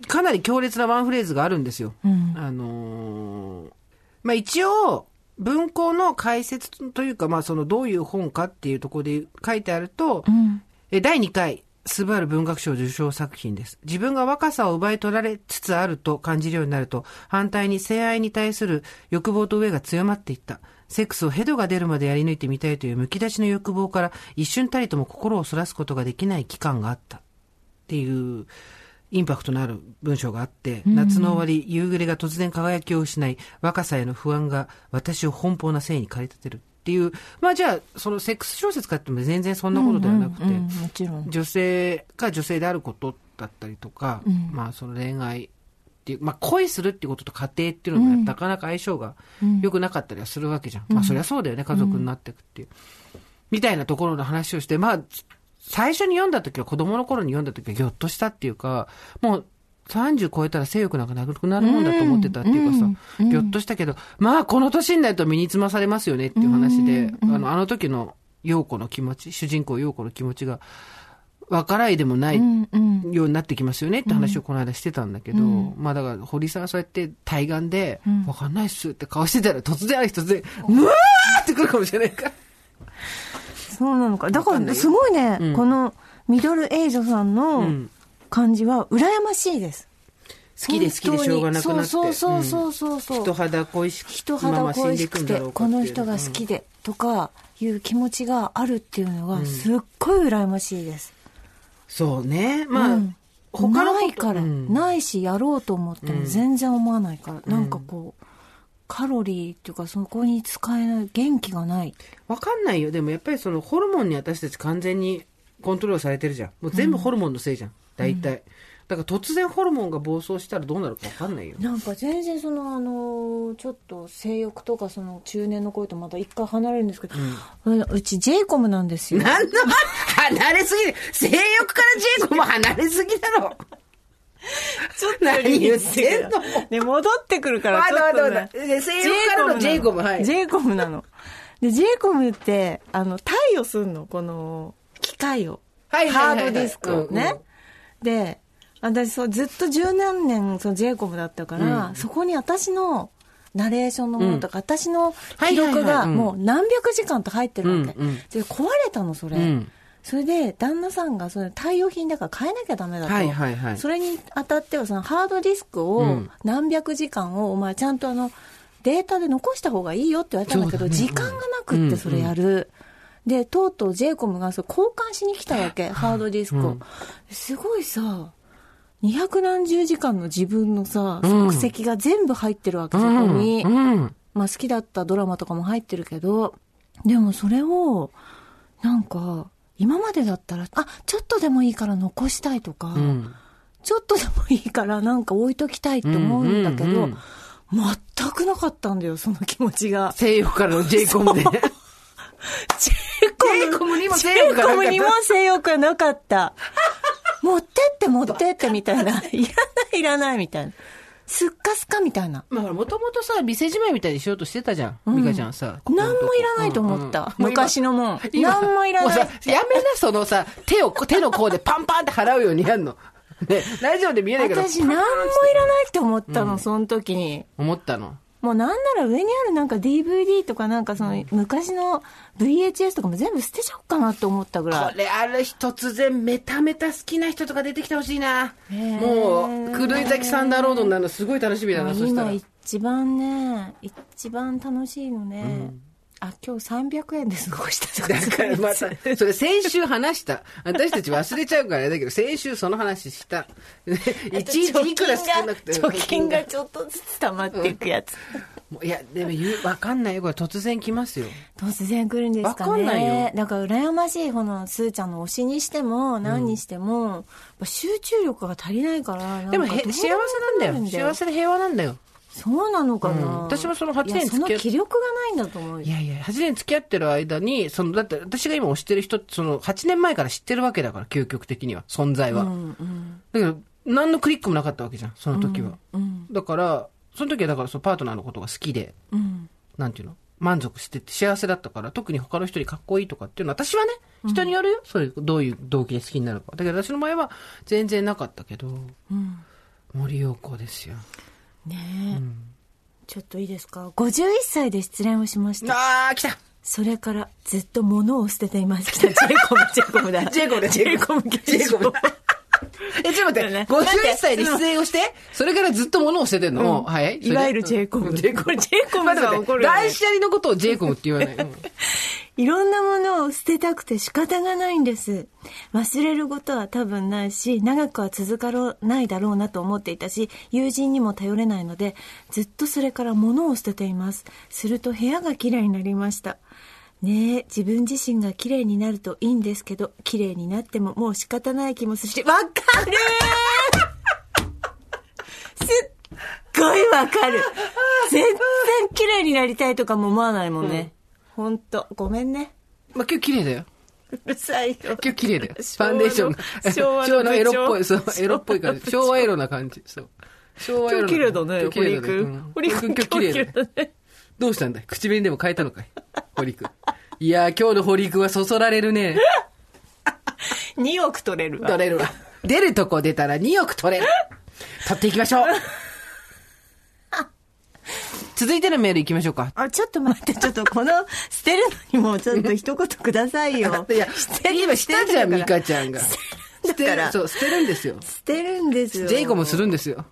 あ、かなり強烈なワンフレーズがあるんですよ。あのーまあ一応、文庫の解説というか、まあそのどういう本かっていうところで書いてあると、え第2回、スバル文学賞受賞作品です。自分が若さを奪い取られつつあると感じるようになると、反対に性愛に対する欲望と飢えが強まっていった。セックスをヘドが出るまでやり抜いてみたいというむき出しの欲望から一瞬たりとも心をそらすことができない期間があった。っていうインパクトのある文章があって、夏の終わり、夕暮れが突然輝きを失い、若さへの不安が私を奔放な性に駆り立てるっていう、まあじゃあ、そのセックス小説かっても全然そんなことではなくて、もちろん。女性が女性であることだったりとか、まあその恋愛っていう、まあ恋するっていうことと家庭っていうのがなかなか相性が良くなかったりはするわけじゃん。まあそりゃそうだよね、家族になっていくっていう。みたいなところの話をして、まあ、最初に読んだ時は、子供の頃に読んだ時はぎょっとしたっていうか、もう、30超えたら性欲なんかなくなるもんだと思ってたっていうかさ、ぎょっとしたけど、まあこの年になると身につまされますよねっていう話で、あの、あの時の陽子の気持ち、主人公陽子の気持ちが、わからいでもないようになってきますよねって話をこの間してたんだけど、まあだから堀さんはそうやって対岸で、わかんないっすって顔してたら突然ある人で、うわーってくるかもしれないから。そうなのか。だかわかんなら、いよすごいね、うんこのミドルエイジョさんうのん感じは、羨ましいです。好きで好きでしょうがなくなってそうそうそうそうそう。人肌恋しく人肌恋しくてこの人が好きででとかいう気持ちがあるっていうのがすっごい羨ましいです、そうねまあ、うん他のことないから、うんないしやろうと思っても全然思わないから、なんかこうカロリーっていうかそこに使えない元気がないわかんないよでもやっぱりそのホルモンに私たち完全にコントロールされてるじゃんもう全部ホルモンのせいじゃん、大体だから突然ホルモンが暴走したらどうなるかわかんないよなんか全然そのあのーちょっと性欲とかその中年の声とまた一回離れるんですけど、ううち j イコムなんですよなんの離れすぎる性欲からジェイコも離れすぎだろちょっ何言ってんのね、戻ってくるから、わちょっかったと、わねかった。で西洋からのジェイコムはいジェイコムなの。で、ジェイコムって、あの、貸与すんの、この、機械を。はいはいはいはいハードディスクをね。で、私そう、ずっと十何年、そのジェイコムだったから、そこに私の、ナレーションのものとか、私の記録はいはいはがいうんもう何百時間と入ってるわけ。うんうんで壊れたの、それ。うんそれで、旦那さんが、それ、対応品だから変えなきゃダメだと。はいはいはいそれにあたってはそのハードディスクうをん何百時間をお前ちゃんとあのデータで残した方がいいよって言われたんだけどそうだね時間がなくってそれやる。で、とうとう j イコムがそれ交換しに来たわけ、ハードディスクを。すごいさ、二百何十時間の自分のさ、うん足跡が全部入ってるわけ、うそこんに。うんまあ好きだったドラマとかも入ってるけど、でもそれを、なんか、今までだったら、あ、ちょっとでもいいから残したいとか、うんちょっとでもいいからなんか置いときたいって思うんだけど、うんうんうん全くなかったんだよ、その気持ちが。性欲からのジェイコムでジェイコムジェイコムにも性欲がなジェイかったコムにも性欲がなか った。持ってって持ってってみたいな。いらないいらないみたいな。すっかすかみたいな。まあ、もともとさ、店じまいみたいにしようとしてたじゃん。ん美香ちゃんさ。ここの何とこもいらないと思った。うんうんもう今昔のもん。今何もいらなも。いうさやめな、そのさ、手を、手の甲でパンパンって払うようにやんの。ね、ラジオで見えないけど、私何もいらないって思ったの、その時に。思ったの。もうなんなら上にあるなんか DVD とかなんかその昔の VHS とかも全部捨てちゃおうかなって思ったぐらこい。れ、ある日突然、メタメタ好きな人とか出てきてほしいな。もう、狂い咲きサンダーロードになるのすごい楽しみだな、そしたら今。一番ね、一番楽しいのね。あ、今日300円で過ごしたとかだからまた、それ先週話した。私たち忘れちゃうからあれだけど、先週その話した。ね一日いくら少なくて。貯金がちょっとずつ溜まっていくやつ。もういや、でも言う、わかんないよ。これ突然来ますよ。突然来るんですかね。わかんないよだから羨ましい、このスーちゃんの推しにしても、何にしても、やっぱ集中力が足りないからなんかでもへ、どう幸せもなるんだよ。幸せで平和なんだよ。そうなのかな、うん私もその8年いやその付き合っ気力がないんだと思うよいやいや、8年付き合ってる間に、その、だって私が今推してる人って、その、8年前から知ってるわけだから、究極的には、存在は。だけど、何のクリックもなかったわけじゃん、その時は。だから、その時はだから、そのパートナーのことが好きで、なんていうの満足してて幸せだったから、特に他の人にかっこいいとかっていうのは、私はね、人によるよ、そういう、どういう動機で好きになるか。だけど私の場合は、全然なかったけど、森陽子ですよ。ねえ、ちょっといいですか51歳で失恋をしましたあー、来たそれからずっと物を捨てています来たジェイコムジェイコムだ ジェイコムだジェイコムジェイコムだえ、ちょ っと待だって、ね51歳で出演をして、それからずっと物を捨ててんの、はい。いわゆるジェイコムジェイコこム。れジェイコム 待ってが待っ怒て、るよね断捨離のことをジェイコムって 言わない。うんいろんなものを捨てたくて仕方がないんです。忘れることは多分ないし、長くは続かろうないだろうなと思っていたし、友人にも頼れないので、ずっとそれから物を捨てています。すると部屋が綺麗になりました。ねえ、自分自身が綺麗になるといいんですけど、綺麗になってももう仕方ない気もするし、わかるー すっごいわかる全然綺麗になりたいとかも思わないもんね。ほんと、ごめんね。まあ、今日綺麗だよ。うるさいよ。今日綺麗だ よ。フ昭和のァンデーションが。 昭和の昭和エロっぽい、部そ長う、エロっぽい 感じ。昭昭和エロな感じ。そう。昭和エロな感じ。今日綺麗だねうん堀君今日綺麗だね。ね。どうしたんだい口紅でも変えたのかい堀君。いやー、今日の堀君はそそられるね。 2億取れるわ 取。れるわ。出るとこ出たら2億取れる。取っていきまし ょう。続いてのメールいきましょうか。。あ、ちょっと待って、ちょっとこの、捨てるのにもちょっと一言くださいよ いや、今したじ捨てゃん、るミんだからカちゃんが。捨だてかる、らそう、捨てるんですよ。捨てるんですよ。ジェイコもするんです よ。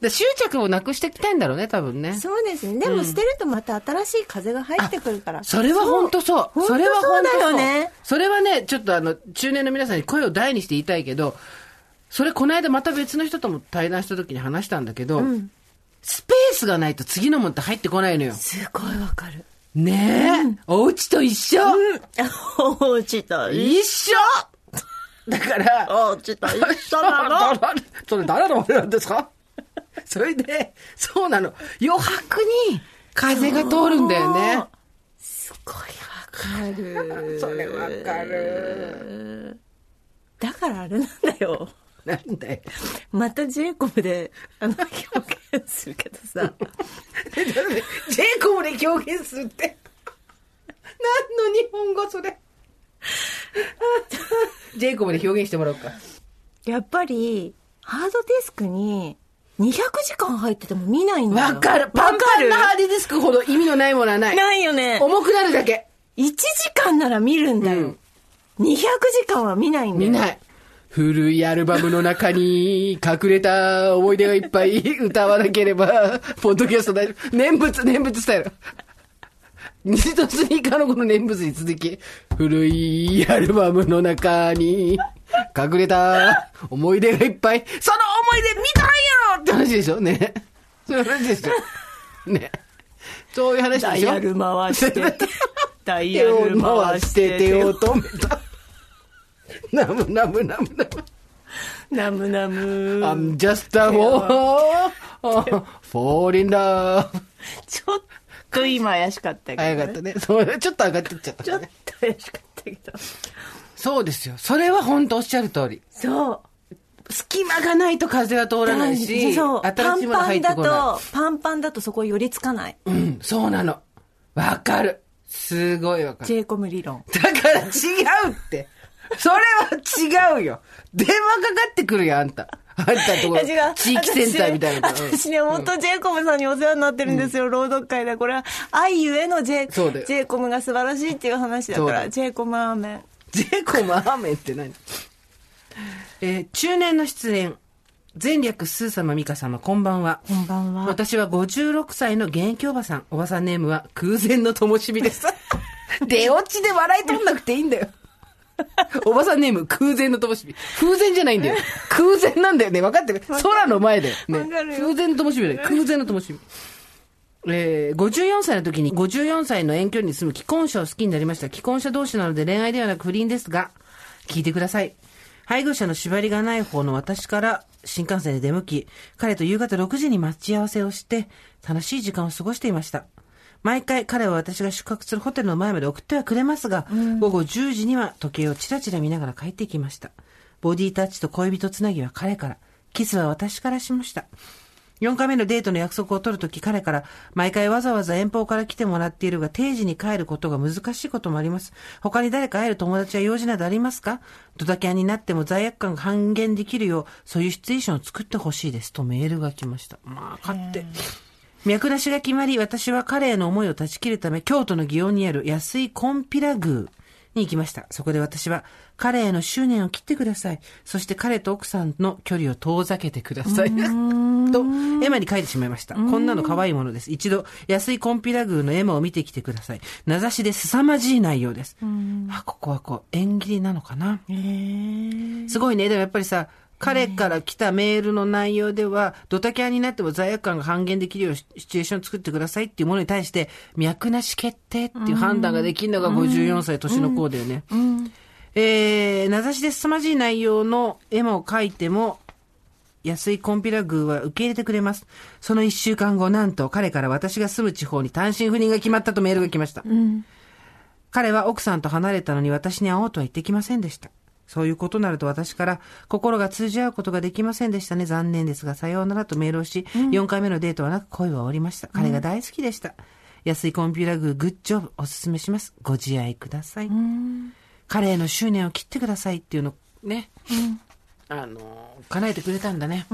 で執着をなくしていきたいんだろうね、多分ね。そうですね。でも捨てるとまた新しい風が入ってくるから。それは本当そう。そうそれは本当本当そそううだよね。それはね、ちょっとあの、中年の皆さんに声を大にして言いたいけど、それこの間また別の人とも対談した時に話したんだけど、スペースがないと次のもんって入ってこないのよ。すごいわか る。ねえ、お家と一緒、落ちた。一緒だから、落ちた。一緒なの。それ誰の俺なんですかそれで、そうなの。余白に風が通るんだよね。 すごいわかる。それわかる。だからあれなんだよ。なんだよ。またジェイコムで、あの、表現するけどさ。ジェイコムで表現するって。何の日本語それ。ジェイコムで表現してもらおうか。やっぱり、ハードディスクに200時間入ってても見ないんだよ。わかる。パンパンなハードディスクほど意味のないものはない。ないよね。重くなるだけ。 1時間なら見るんだよ。200時間は見ないんだ見よ。ない。古いアルバムの中に隠れた思い出がいっぱい 歌わなければ、ポッドキャスト大丈夫。念仏、念仏スタイル。虹とスニーカーのこの念仏に続き、古いアルバムの中に隠れた思い出がいっぱい、その思い出見たんよって話でしょね。そういう話でしょね。そういう話でしょダイヤル回しててダイヤ手ルを回回ししてて手手をを、止めた。 ナムナムナムナム。ナムナム。 I'm just a wall fall in love. ちょっと今怪しかったけど、ね。早かったね。そうちょっと上がってっちゃったちょね、っと怪しかったけど。そうですよ。それは本当おっしゃる通り。そう。隙間がないと風は通らないし、そう新パしいンものパ入っンてだこなとパンパンだとそこ寄りつかないい。うん、そうなの。わかる。すごいわかる。 J コム理論だから違うって。それは違うよ。電話かかってくるよ、あんた。あんたのところ。いや違う地域センターみたいなところ。私ね、本当ジェイコムさんにお世話になってるんですよ、朗読会で。これは、愛ゆえのジェイそうだよジェイコムが素晴らしいっていう話だかそうだら、よジェイコムアーメン。ジェコムアーメンって何えー中年の失恋。前略スー様、ミカ様、こんばんは。こんばんは。私は56歳の現役おばさん。おばさんネームは空前の灯火です。 出落ちで笑い取んなくていいんだよ。おばさんネーム空前の灯火。空前じゃないんだよ。 空前なんだよね。分かってる空の前だよ。ねわかるよ空前の灯火だよ。空前の灯火。えー、54歳の時に54歳の遠距離に住む既婚者を好きになりました。既婚者同士なので恋愛ではなく不倫ですが、聞いてください。配偶者の縛りがない方の私から新幹線で出向き、彼と夕方6時に待ち合わせをして、楽しい時間を過ごしていました。毎回彼は私が宿泊するホテルの前まで送ってはくれますが、午後10時には時計をちらちら見ながら帰ってきました。ボディタッチと恋人つなぎは彼から、キスは私からしました。4回目のデートの約束を取るとき彼から、毎回わざわざ遠方から来てもらっているが、定時に帰ることが難しいこともあります。他に誰か会える友達や用事などありますかドタキャンになっても罪悪感が半減できるよう、そういうシチュエーションを作ってほしいです。とメールが来ました。まあ、勝手。脈なしが決まり、私は彼への思いを断ち切るため、京都の祇園にある安いコンピラ宮に行きました。そこで私は、彼への執念を切ってください。そして彼と奥さんの距離を遠ざけてくださ い。と、絵馬に書いてしまいました。こんなの可愛いものです。一度、安いコンピラ宮の絵馬を見てきてください。名指しで凄まじい内容です。あ、ここはこう、縁切りなのかな。へーすごいね。でもやっぱりさ、彼から来たメールの内容では、ドタキャンになっても罪悪感が半減できるようシシチュエーションを作ってくださいっていうものに対して、脈なし決定っていう判断ができるのが54歳年の子だよね。えー、名指しで凄まじい内容の絵馬を描いても、安いコンピラ宮は受け入れてくれます。その一週間後、なんと彼から私が住む地方に単身赴任が決まったとメールが来ました。彼は奥さんと離れたのに私に会おうとは言ってきませんでした。そういうことになると私から心が通じ合うことができませんでしたね。残念ですが、さようならとメールをし、4回目のデートはなく恋は終わりました。彼が大好きでした。安いコンピューラググッジョブおすすめします。ご自愛ください。彼への執念を切ってくださいっていうのね、あの、叶えてくれたんだね。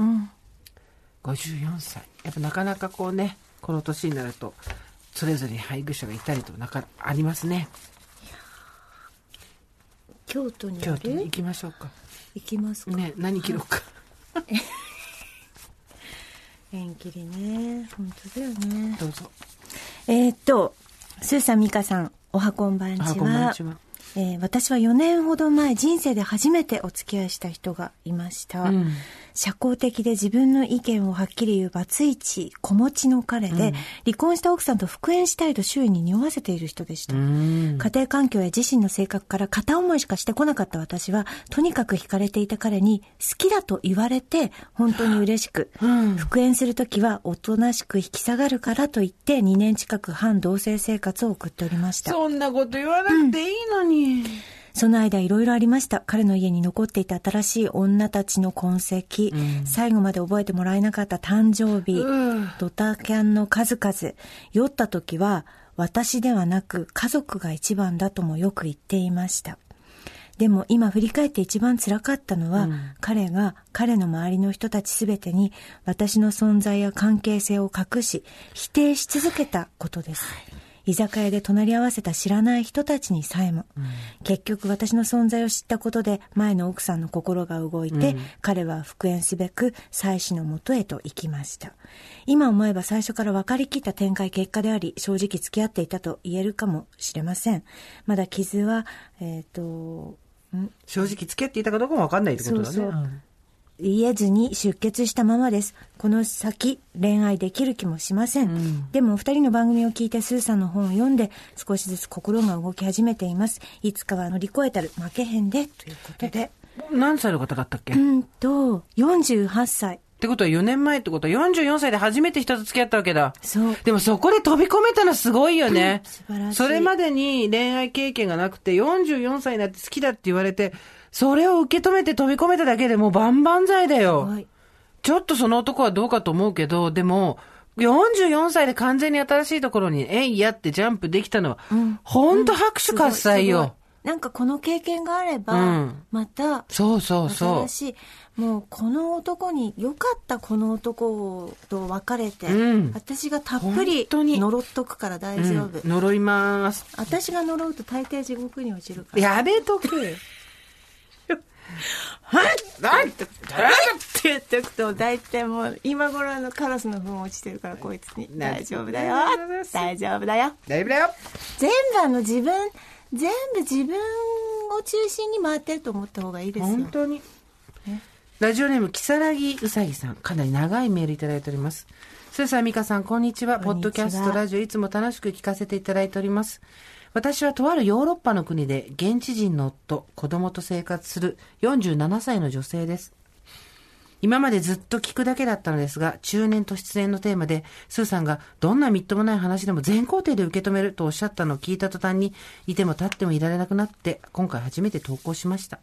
54歳やっぱなかなかこうねこの年になるとそれぞれに配偶者がいたりとなかありますね京都にあ京都にる行きましょうか行きますか。ね何切ろ うか縁切りね。本当だよね。どうぞえーっと、スーさん、ミカさん、おはこんばんちあは。こんばんちはえー私は4年ほど前人生で初めてお付き合いした人がいました、うん社交的で自分の意見をはっきり言うバツイチ子持ちの彼で、離婚した奥さんと復縁したいと周囲に匂わせている人でした、うん家庭環境や自身の性格から片思いしかしてこなかった私はとにかく惹かれていた彼に好きだと言われて本当に嬉しく、復縁する時はおとなしく引き下がるからと言って2年近く半同棲生活を送っておりましたそんなこと言わなくていいのに、その間いろいろありました。彼の家に残っていた新しい女たちの痕跡、最後まで覚えてもらえなかった誕生日、うんドタキャンの数々、酔った時は私ではなく家族が一番だともよく言っていました。でも今振り返って一番辛かったのは、彼が彼の周りの人たちすべてに私の存在や関係性を隠し、否定し続けたことです。居酒屋で隣り合わせた知らない人たちにさえも、結局私の存在を知ったことで前の奥さんの心が動いて、彼は復縁すべく妻子のもとへと行きました今思えば最初から分かりきった展開結果であり正直付き合っていたと言えるかもしれませんまだ傷はえっ、と正直付き合っていたかどうかも分かんないってことだねそうそう言えずに出血したままです。この先、恋愛できる気もしません。でも、お二人の番組を聞いて、スーさんの本を読んで、少しずつ心が動き始めています。いつかは乗り越えたる、負けへんで、ということで。何歳の方だったっけ、うんと、48歳。ってことは4年前ってことは44歳で初めて人と付き合ったわけだ。そうでもそこで飛び込めたのすごいよね。素晴らしいそれまでに恋愛経験がなくて44歳になって好きだって言われて、それを受け止めて飛び込めただけでもう万々歳だよ。はいちょっとその男はどうかと思うけど、でも、44歳で完全に新しいところに、えいやってジャンプできたのは、ほんと拍手喝采よ。なんかこの経験があれば、うんまたそうそうそ新。うしいもうこの男に良かったこの男と別れて、うん私がたっぷ本り当に呪っとくから大丈夫、うん呪います。私が呪うと大抵地獄に落ちるからやめと け。はいって言っておくと大体もう今頃のカラスの糞落ちてるからこいつにな大丈夫だよ大丈夫だよ大丈夫だよ。全部あの自分全部自分を中心に回ってると思った方がいいですよ本当に。ラジオネーム、キサラギうさぎさん。かなり長いメールいただいております。スーさん、ミカさん、こんにちは。ポこんッにちドはキャスト、ラジオ、いつも楽しく聞かせていただいております。私はとあるヨーロッパの国で、現地人の夫、子供と生活する47歳の女性です。今までずっと聞くだけだったのですが、中年と失恋のテーマで、スーさんがどんなみっともない話でも全肯定で受け止めるとおっしゃったのを聞いた途端に、いても立ってもいられなくなって、今回初めて投稿しました。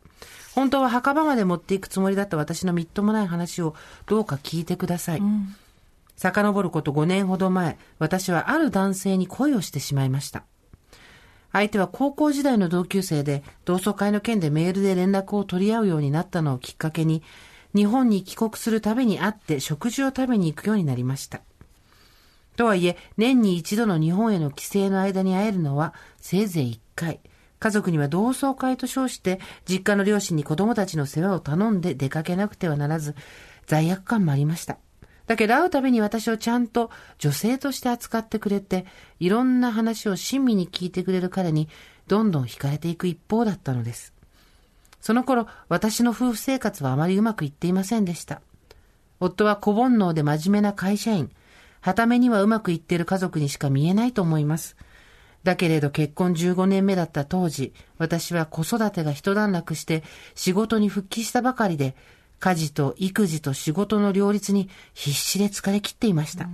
本当は墓場まで持っていくつもりだった私のみっともない話をどうか聞いてください。遡ること5年ほど前、私はある男性に恋をしてしまいました。相手は高校時代の同級生で、同窓会の件でメールで連絡を取り合うようになったのをきっかけに、日本に帰国するたびに会って食事を食べに行くようになりました。とはいえ、年に一度の日本への帰省の間に会えるのはせいぜい1回。家族には同窓会と称して、実家の両親に子供たちの世話を頼んで出かけなくてはならず、罪悪感もありました。だけど会うたびに私をちゃんと女性として扱ってくれて、いろんな話を親身に聞いてくれる彼に、どんどん惹かれていく一方だったのです。その頃、私の夫婦生活はあまりうまくいっていませんでした。夫は小煩悩で真面目な会社員。傍目にはうまくいっている家族にしか見えないと思います。だけれど結婚15年目だった当時、私は子育てが一段落して仕事に復帰したばかりで、家事と育児と仕事の両立に必死で疲れ切っていました。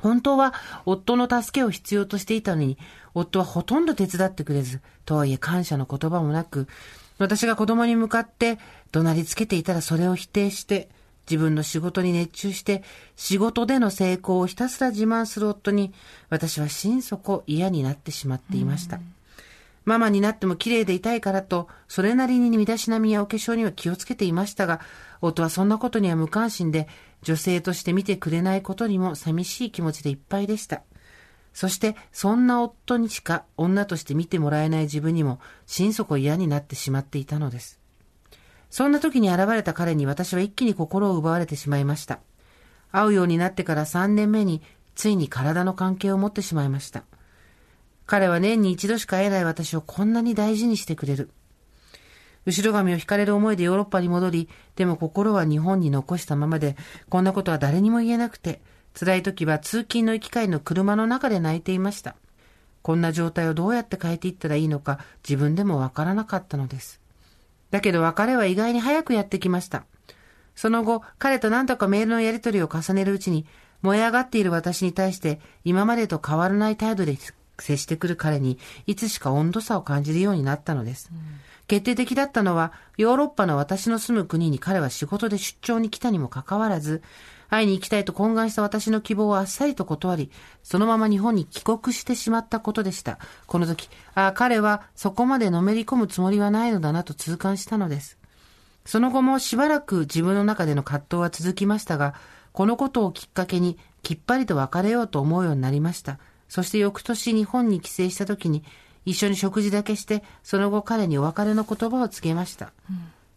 本当は夫の助けを必要としていたのに、夫はほとんど手伝ってくれず、とはいえ感謝の言葉もなく、私が子供に向かって怒鳴りつけていたらそれを否定して、自分の仕事に熱中して、仕事での成功をひたすら自慢する夫に、私は心底嫌になってしまっていました。ママになっても綺麗でいたいからと、それなりに身だしなみやお化粧には気をつけていましたが、夫はそんなことには無関心で、女性として見てくれないことにも寂しい気持ちでいっぱいでした。そして、そんな夫にしか女として見てもらえない自分にも、心底嫌になってしまっていたのです。そんな時に現れた彼に私は一気に心を奪われてしまいました。会うようになってから3年目に、ついに体の関係を持ってしまいました。彼は年に一度しか会えない私をこんなに大事にしてくれる。後ろ髪を引かれる思いでヨーロッパに戻り、でも心は日本に残したままで、こんなことは誰にも言えなくて、辛い時は通勤の行き帰りの車の中で泣いていました。こんな状態をどうやって変えていったらいいのか、自分でもわからなかったのです。だけど別れは意外に早くやってきました。その後、彼と何度かメールのやり取りを重ねるうちに、燃え上がっている私に対して、今までと変わらない態度で接してくる彼に、いつしか温度差を感じるようになったのです。決定的だったのは、ヨーロッパの私の住む国に彼は仕事で出張に来たにもかかわらず、会いに行きたいと懇願した私の希望をあっさりと断り、そのまま日本に帰国してしまったことでした。この時、ああ、彼はそこまでのめり込むつもりはないのだなと痛感したのです。その後もしばらく自分の中での葛藤は続きましたが、このことをきっかけにきっぱりと別れようと思うようになりました。そして翌年日本に帰省した時に一緒に食事だけして、その後彼にお別れの言葉を告げました。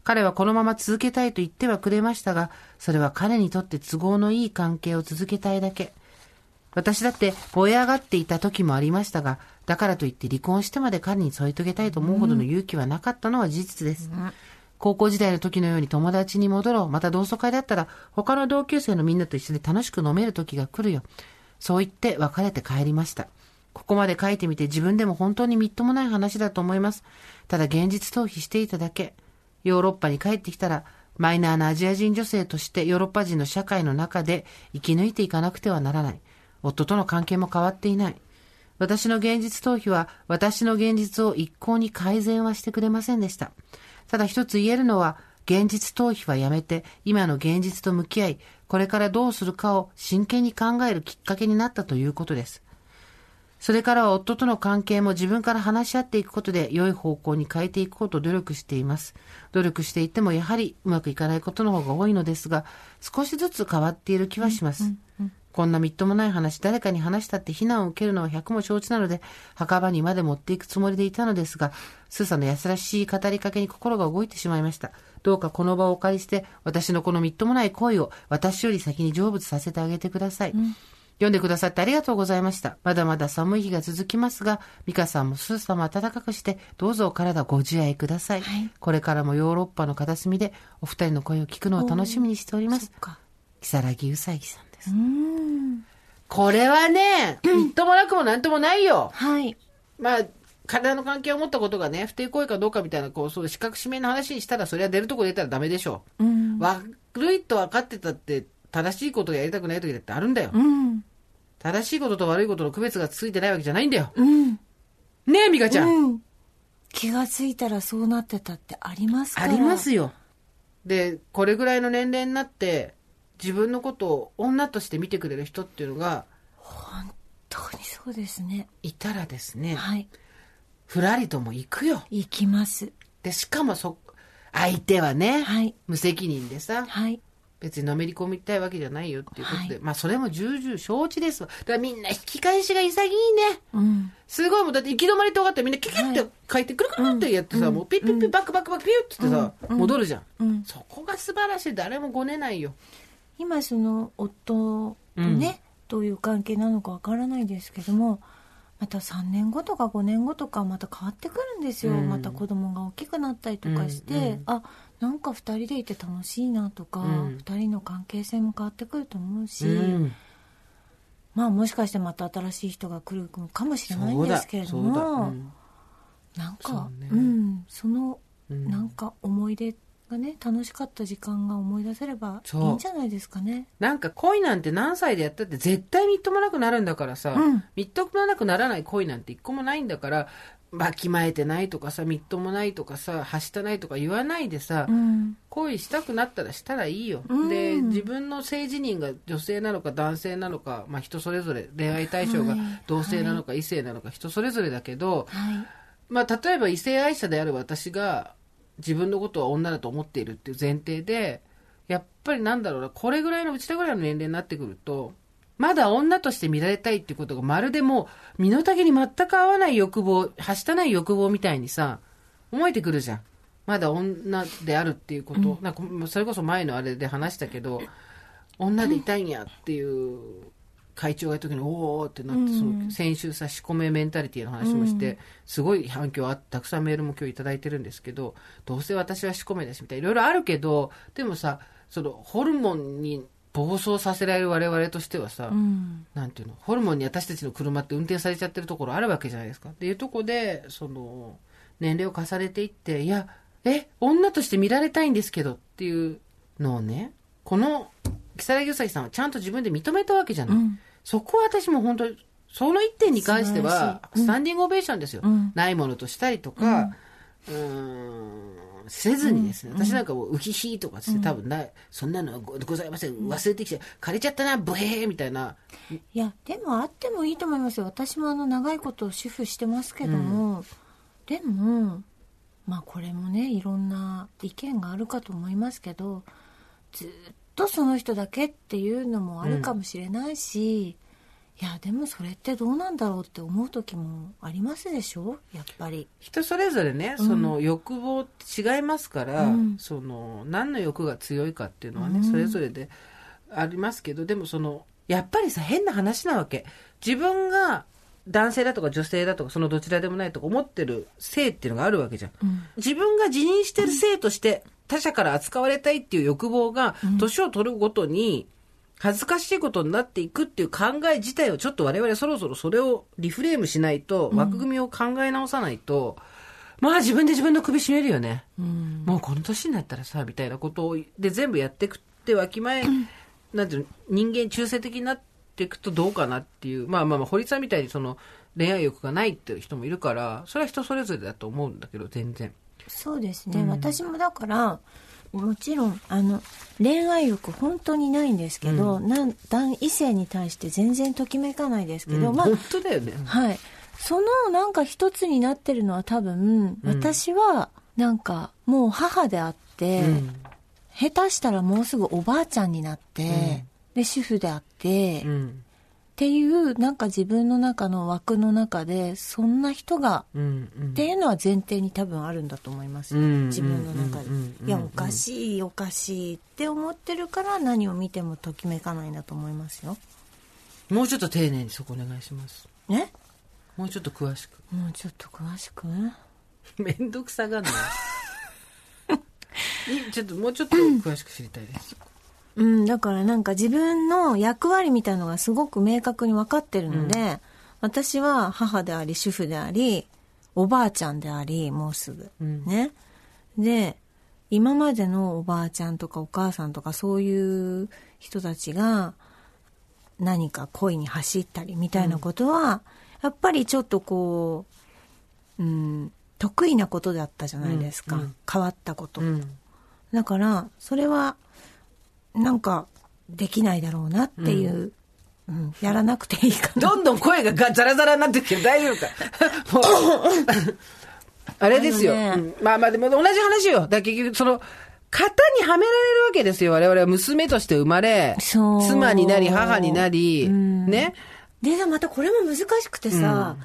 彼はこのまま続けたいと言ってはくれましたが、それは彼にとって都合のいい関係を続けたいだけ。私だって燃え上がっていた時もありましたが、だからといって離婚してまで彼に添い遂げたいと思うほどの勇気はなかったのは事実です。高校時代の時のように友達に戻ろう。また同窓会だったら他の同級生のみんなと一緒に楽しく飲める時が来るよ。そう言って別れて帰りました。ここまで書いてみて自分でも本当にみっともない話だと思います。ただ現実逃避していただけ。ヨーロッパに帰ってきたらマイナーなアジア人女性としてヨーロッパ人の社会の中で生き抜いていかなくてはならない。夫との関係も変わっていない。私の現実逃避は私の現実を一向に改善はしてくれませんでした。ただ一つ言えるのは、現実逃避はやめて、今の現実と向き合い、これからどうするかを真剣に考えるきっかけになったということです。それからは夫との関係も自分から話し合っていくことで良い方向に変えていこうと努力しています。努力していてもやはりうまくいかないことの方が多いのですが、少しずつ変わっている気はします。こんなみっともない話、誰かに話したって非難を受けるのは百も承知なので、墓場にまで持っていくつもりでいたのですが、スーさんの優しい語りかけに心が動いてしまいました。どうかこの場をお借りして、私のこのみっともない恋を私より先に成仏させてあげてください。読んでくださってありがとうございました。まだまだ寒い日が続きますが、美香さんもスーさんも暖かくして、どうぞお体ご自愛ください。はいこれからもヨーロッパの片隅で、お二人の声を聞くのを楽しみにしております。か。木更木うさぎさんです。うん。これ はね、みっともなくもなんともないよ。はい。まあ、体の関係を持ったことがね、不定行為かどうかみたいな、こう、そう、視覚指名の話にしたら、それは出るとこ出たらダメでしょうう。ん。悪いと分かってたって、正しいことをやりたくない時だってあるんだよ。うん。正しいことと悪いことの区別がついてないわけじゃないんだよ。うん。ねえ、美香ちゃん。うん。気がついたらそうなってたってありますかあらりますよ。で、これぐらいの年齢になって、自分のことを女として見てくれる人っていうのが、本当にそうですね。いたらですね、はい。ふらりとも行くよ。行きます。で、しかもそ、相手はね、はい。無責任でさ、はい。別にのめり込みたいわけじゃないよっていうことで、はまあそれも重々承知ですわ。だからみんな引き返しが潔いね。うん。すごいもん。だって行き止まりとがってみんなキュキュって書いてくるかなってやってさ、もうピッピッピッバックバックバックピュッつってさ、戻るじゃん,、うんそこが素晴らしい。誰もごねないよ。今その夫とね、どういう関係なのかわからないですけどもまた3年後とか5年後とかまた変わってくるんですよ、うんまた子供が大きくなったりとかして、うんうんあなんか2人でいて楽しいなとか、うん2人の関係性も変わってくると思うし、うん。まあもしかしてまた新しい人が来るかもしれないそんうでだ。すけれどそうだ。も、うんなんそかうねうん、そのうんなんか思い出がね楽しかった時間が思い出せればいそういんじゃないですかね。なんか恋なんて何歳でやったって絶対みっともなくなるんだからさ、うんみっともなくならない恋なんて一個もないんだから、わきまえてないとかさ、みっともないとかさ、はしたないとか言わないでさ、うん恋したくなったらしたらいいよ、うんで自分の性自認が女性なのか男性なのか、まあ、人それぞれ恋愛対象がはい同性なのか異性なのか人それぞれだけど、はいまあ、例えば異性愛者である私が自分のことは女だと思っているっていう前提でやっぱりなんだろうなこれぐらいのうちらぐらいの年齢になってくるとまだ女として見られたいっていうことがまるでもう身の丈に全く合わない欲望はしたない欲望みたいにさ思えてくるじゃんまだ女であるっていうこと、なんかもうそれこそ前のあれで話したけど女でいたいんやっていう会長がいた時におおってなって、その先週さ仕込めメンタリティの話もして、すごい反響あってたくさんメールも今日いただいてるんですけどどうせ私は仕込めだしみたいないろいろあるけどでもさそのホルモンに暴走させられる我々としてはさ、うんなんていうのホルモンに私たちの車って運転されちゃってるところあるわけじゃないですかっていうとこでその年齢を重ねていっていやえ女として見られたいんですけどっていうのをねこの木更木うさぎさんはちゃんと自分で認めたわけじゃない、うんそこは私も本当にその一点に関して素晴らはしいうんスタンディングオベーションですよ、うんないものとしたりとか、うーんせずにですね、私なんかもう、うひひとかつって、多分ない、そんなのはごございません、忘れてきて、借りちゃったな、ブヘーみたいな、いやでもあってもいいと思いますよ私もあの長いこと主婦してますけども、でもまあこれもねいろんな意見があるかと思いますけどずっとその人だけっていうのもあるかもしれないし、いやでもそれってどうなんだろうって思う時もありますでしょやっぱり人それぞれね、その欲望って違いますから、うんその何の欲が強いかっていうのはうね、んそれぞれでありますけどでもそのやっぱりさ変な話なわけ自分が男性だとか女性だとかそのどちらでもないとか思ってる性っていうのがあるわけじゃん、うん自分が自認してる性として他者から扱われたいっていう欲望が年を取るごとに恥ずかしいことになっていくっていう考え自体をちょっと我々そろそろそれをリフレームしないと枠組みを考え直さないとまあ自分で自分の首絞めるよね、もうこの年になったらさみたいなことをで全部やってくってわきまえ、なんていうの人間中性的になっていくとどうかなっていうまあまあまあ堀さんみたいにその恋愛欲がないっていう人もいるからそれは人それぞれだと思うんだけど全然そうですね、私もだからもちろんあの恋愛欲本当にないんですけど、なん男異性に対して全然ときめかないですけど、うんまあ本当だよねはいそのなんか一つになってるのは多分、私はなんかもう母であって、下手したらもうすぐおばあちゃんになって、で主婦であって、うっんていうなんか自分の中の枠の中でそんな人がうんうんっていうのは前提に多分あるんだと思います、うん自分の中で、うんうんうんいやおかしいおかしいって思ってるから何を見てもときめかないんだと思いますよもうちょっと丁寧にそこお願いしますねもうちょっと詳しくもうちょっと詳しく めんどくさがんない いちょっともうちょっと詳しく知りたいですうんだからなんか自分の役割みたいのがすごく明確に分かってるので、私は母であり主婦でありおばあちゃんでありもうすぐ、うんねで今までのおばあちゃんとかお母さんとかそういう人たちが何か恋に走ったりみたいなことは、やっぱりちょっとこう、うん、得意なことだったじゃないですか、うんうん変わったこと、うんだからそれはなんかできないだろうなっていう、うんやらなくていいかなどんどん声ががザラザラになってきてる大丈夫か もうあれですよ、あのねうんまあまあでも同じ話よだから結局その型にはめられるわけですよ我々は娘として生まれそう妻になり母になり、うんねでさまたこれも難しくてさ、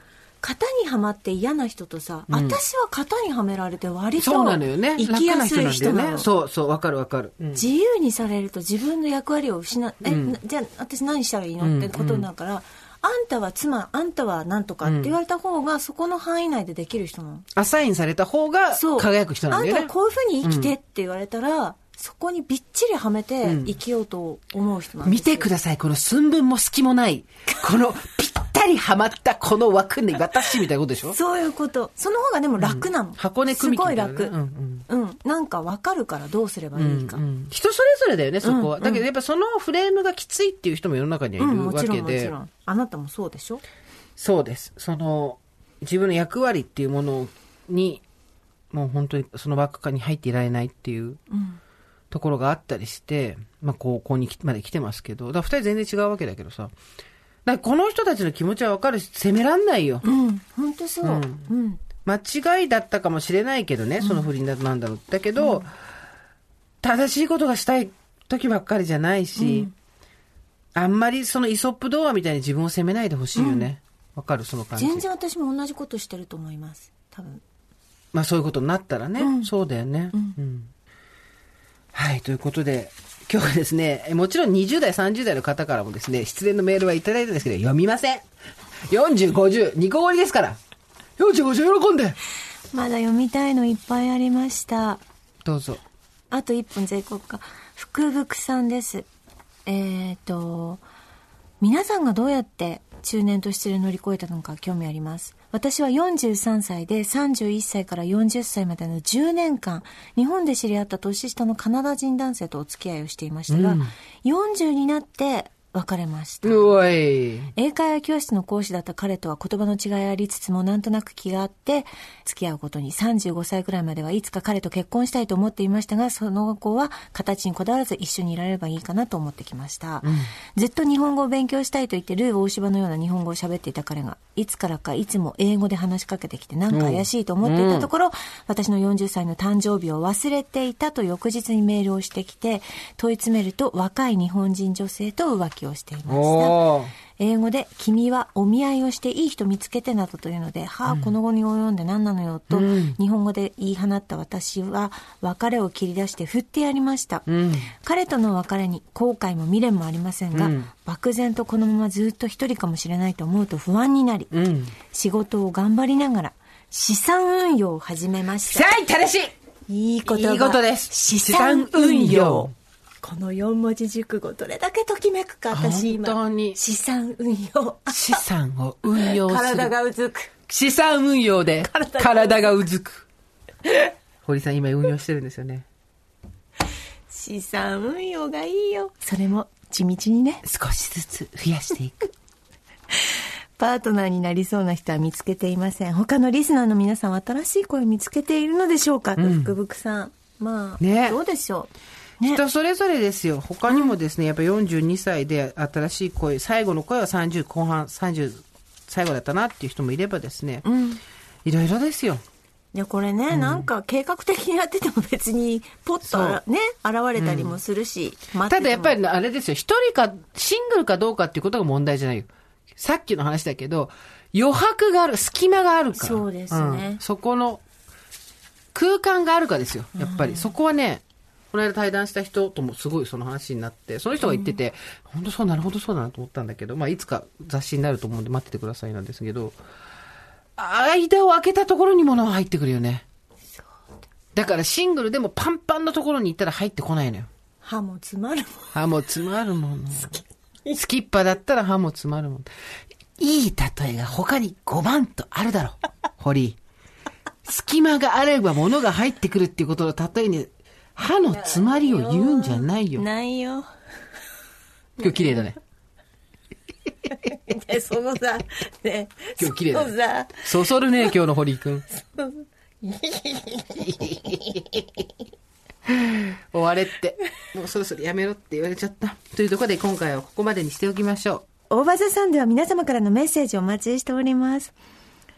型にはまって嫌な人とさ、私は型にはめられて割そうとなのよね生きやすい楽人な人なんだなよのねそうそうわかるわかる、うん自由にされると自分の役割を失うえ、うんなじゃあ私何したらいいのってことになるから、あんたは妻あんたはなんとかって言われた方がそこの範囲内でできる人なの、アサインされた方がそう輝く人なんだよあんたねはこういうふうに生きてって言われたら、そこにびっちりはめて生きようと思う人なんで見すよてください、この寸分も隙もない、このぴったりはまったこの枠に私みたいなことでしょそういうことその方がでも楽なの、箱根す組みご木いみたいなね楽うんうん、なんか分かるからどうすればいいか、人それぞれだよね、そこは。だけどやっぱそのフレームがきついっていう人も世の中にはういんるもわちろけんもちでろ。んあなたもそうでしょそうです。その、自分の役割っていうものに、もう本当にその枠下に入っていられないっていうところがあったりして、まあ高校にきまで来てますけど、だから二人全然違うわけだけどさ。だからこの人たちの気持ちはわかるし、責めらんないよ。うん本当そううん、間違いだったかもしれないけどね、その不倫だとなんだろう。だけど、正しいことがしたい時ばっかりじゃないし、あんまりそのイソップ童話みたいに自分を責めないでほしいよね。わ、かるその感じ。全然私も同じことしてると思います多分まあそういうことになったらね、そうだよね、うんはい、ということで、今日はですね、えもちろん20代、30代の方からもですね、失恋のメールはいただいたんですけど、読みません。40、50、2個折りですから。40、50喜んでまだ読みたいのいっぱいありましたどうぞ。あと1分税込か。福福さんです。えっ、と、皆さんがどうやって中年と失恋を乗り越えたのか興味あります。私は43歳で31歳から40歳までの10年間、日本で知り合った年下のカナダ人男性とお付き合いをしていましたが、40になって別れました。うおい。英会話教室の講師だった彼とは言葉の違いありつつもなんとなく気があって付き合うことに35歳くらいまではいつか彼と結婚したいと思っていましたがその後は形にこだわらず一緒にいられればいいかなと思ってきました、ずっと日本語を勉強したいと言ってルー大柴のような日本語を喋っていた彼がいつからかいつも英語で話しかけてきてなんか怪しいと思っていたところ、私の40歳の誕生日を忘れていたと翌日にメールをしてきて問い詰めると若い日本人女性と浮気をしていましたおー。英語で「君はお見合いをしていい人見つけて」などというので「はあこの後に及んで何なのよ」と、日本語で言い放った私は別れを切り出して振ってやりました、彼との別れに後悔も未練もありませんが、漠然とこのままずっと一人かもしれないと思うと不安になり、ん仕事を頑張りながら資産運用を始めましたさあ、正しいいいいいことです資産運資産運用用。この四文字熟語、どれだけときめくか、私今。本当に資産運用。資産を運用する。体がうずく。資産運用で体が体がうずく。堀さん今運用してるんですよね。資産運用がいいよ。それも地道にね。少しずつ増やしていく。パートナーになりそうな人は見つけていません。他のリスナーの皆さんは新しい声見つけているのでしょうか、と福福さん。まあ、ねどうでしょう。ね。人それぞれですよ。他にもですね、やっぱ42歳で新しい声、最後の声は30後半、30、最後だったなっていう人もいればですね、うん。いろいろですよ。いやこれね、なんか計画的にやってても別にポッとあらね現れたりもするし、待ててたもだやっぱりあれですよ、一人か、シングルかどうかっていうことが問題じゃないよ。さっきの話だけど、余白がある、隙間があるから。そうですねんそこの、空間があるかですよ、やっぱり。そこはね、この間対談した人ともすごいその話になって、その人が言ってて、本当そう、なるほどそうだなと思ったんだけど、まあいつか雑誌になると思うんで待っててくださいなんですけど、間を空けたところに物が入ってくるよね。だからシングルでもパンパンのところに行ったら入ってこないのよ。歯も詰まるもん歯も詰まるもの。スキッパだったら歯も詰まるもの。いい例えが他に5番とあるだろ う。堀井。隙間があれば物が入ってくるっていうことの例えに、歯の詰まりを言うんじゃないよ。ないよ今日綺麗だね。でそのさね 今日綺麗だそのさそそ るね、今日の堀井くん。終われって。もうそろそろやめろって言われちゃった。というところで今回はここまでにしておきましょう。オーバーザさんでは皆様からのメッセージをお待ちしております。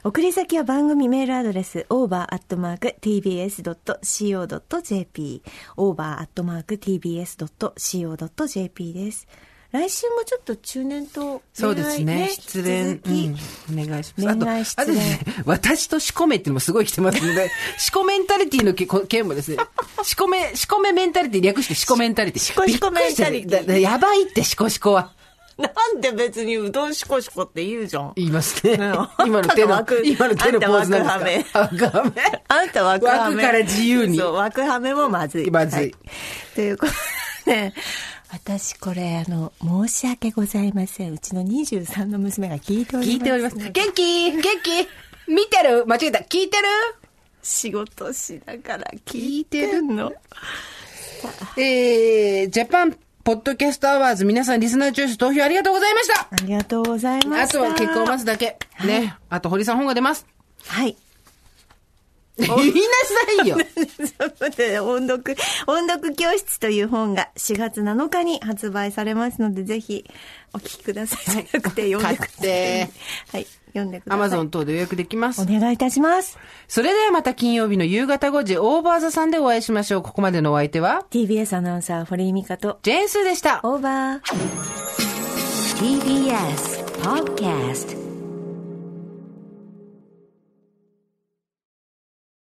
送り先は番組メールアドレス over.tbs.co.jp over.tbs.co.jp です。来週もちょっと中年とそうですね。失失恋、恋引き続き、うんお願いします。あと、恋愛失恋あとですね、私としこめっていうのもすごい来てますので、 しこメンタリティのけこ件 もですね、しこめ、しこめメンタリティ略してしこメンタリティ。しこしこメンタリティやばいってしこしこはなんで別にうどんしこしこって言うじゃん。言いますね。うん 今の手あんたのの、枠今の手のポーズなんですか。あがめ。あんた枠はめ枠から自由にそう、枠はめもまずい。まずいということで、ね、私これ、あの、申し訳ございません。うちの23の娘が聞いております。聞いております。元気元気見てる間違えた。聞いてる仕事しながら聞いてるの。えー、ジャパンポッドキャストアワーズ皆さんリスナーチョイス投票ありがとうございましたありがとうございまあした。とは結果を待つだけ。ね。あと、堀さん本が出ます。はい。 言いなさいよ。そうで音読、音読教室という本が4月7日に発売されますので、ぜひお聞きください。じゃなくて読んでくだ買っさい。てはい、読んでくだアさい。マゾン等で予約できますお。願いいたします。それではまた金曜日の夕方5時、オーバーザさんでお会いしましょう。ここまでのお相手は、 TBS アナウンサー、堀井美香と、ジェーンスーでした。オーバー。 TBS Podcast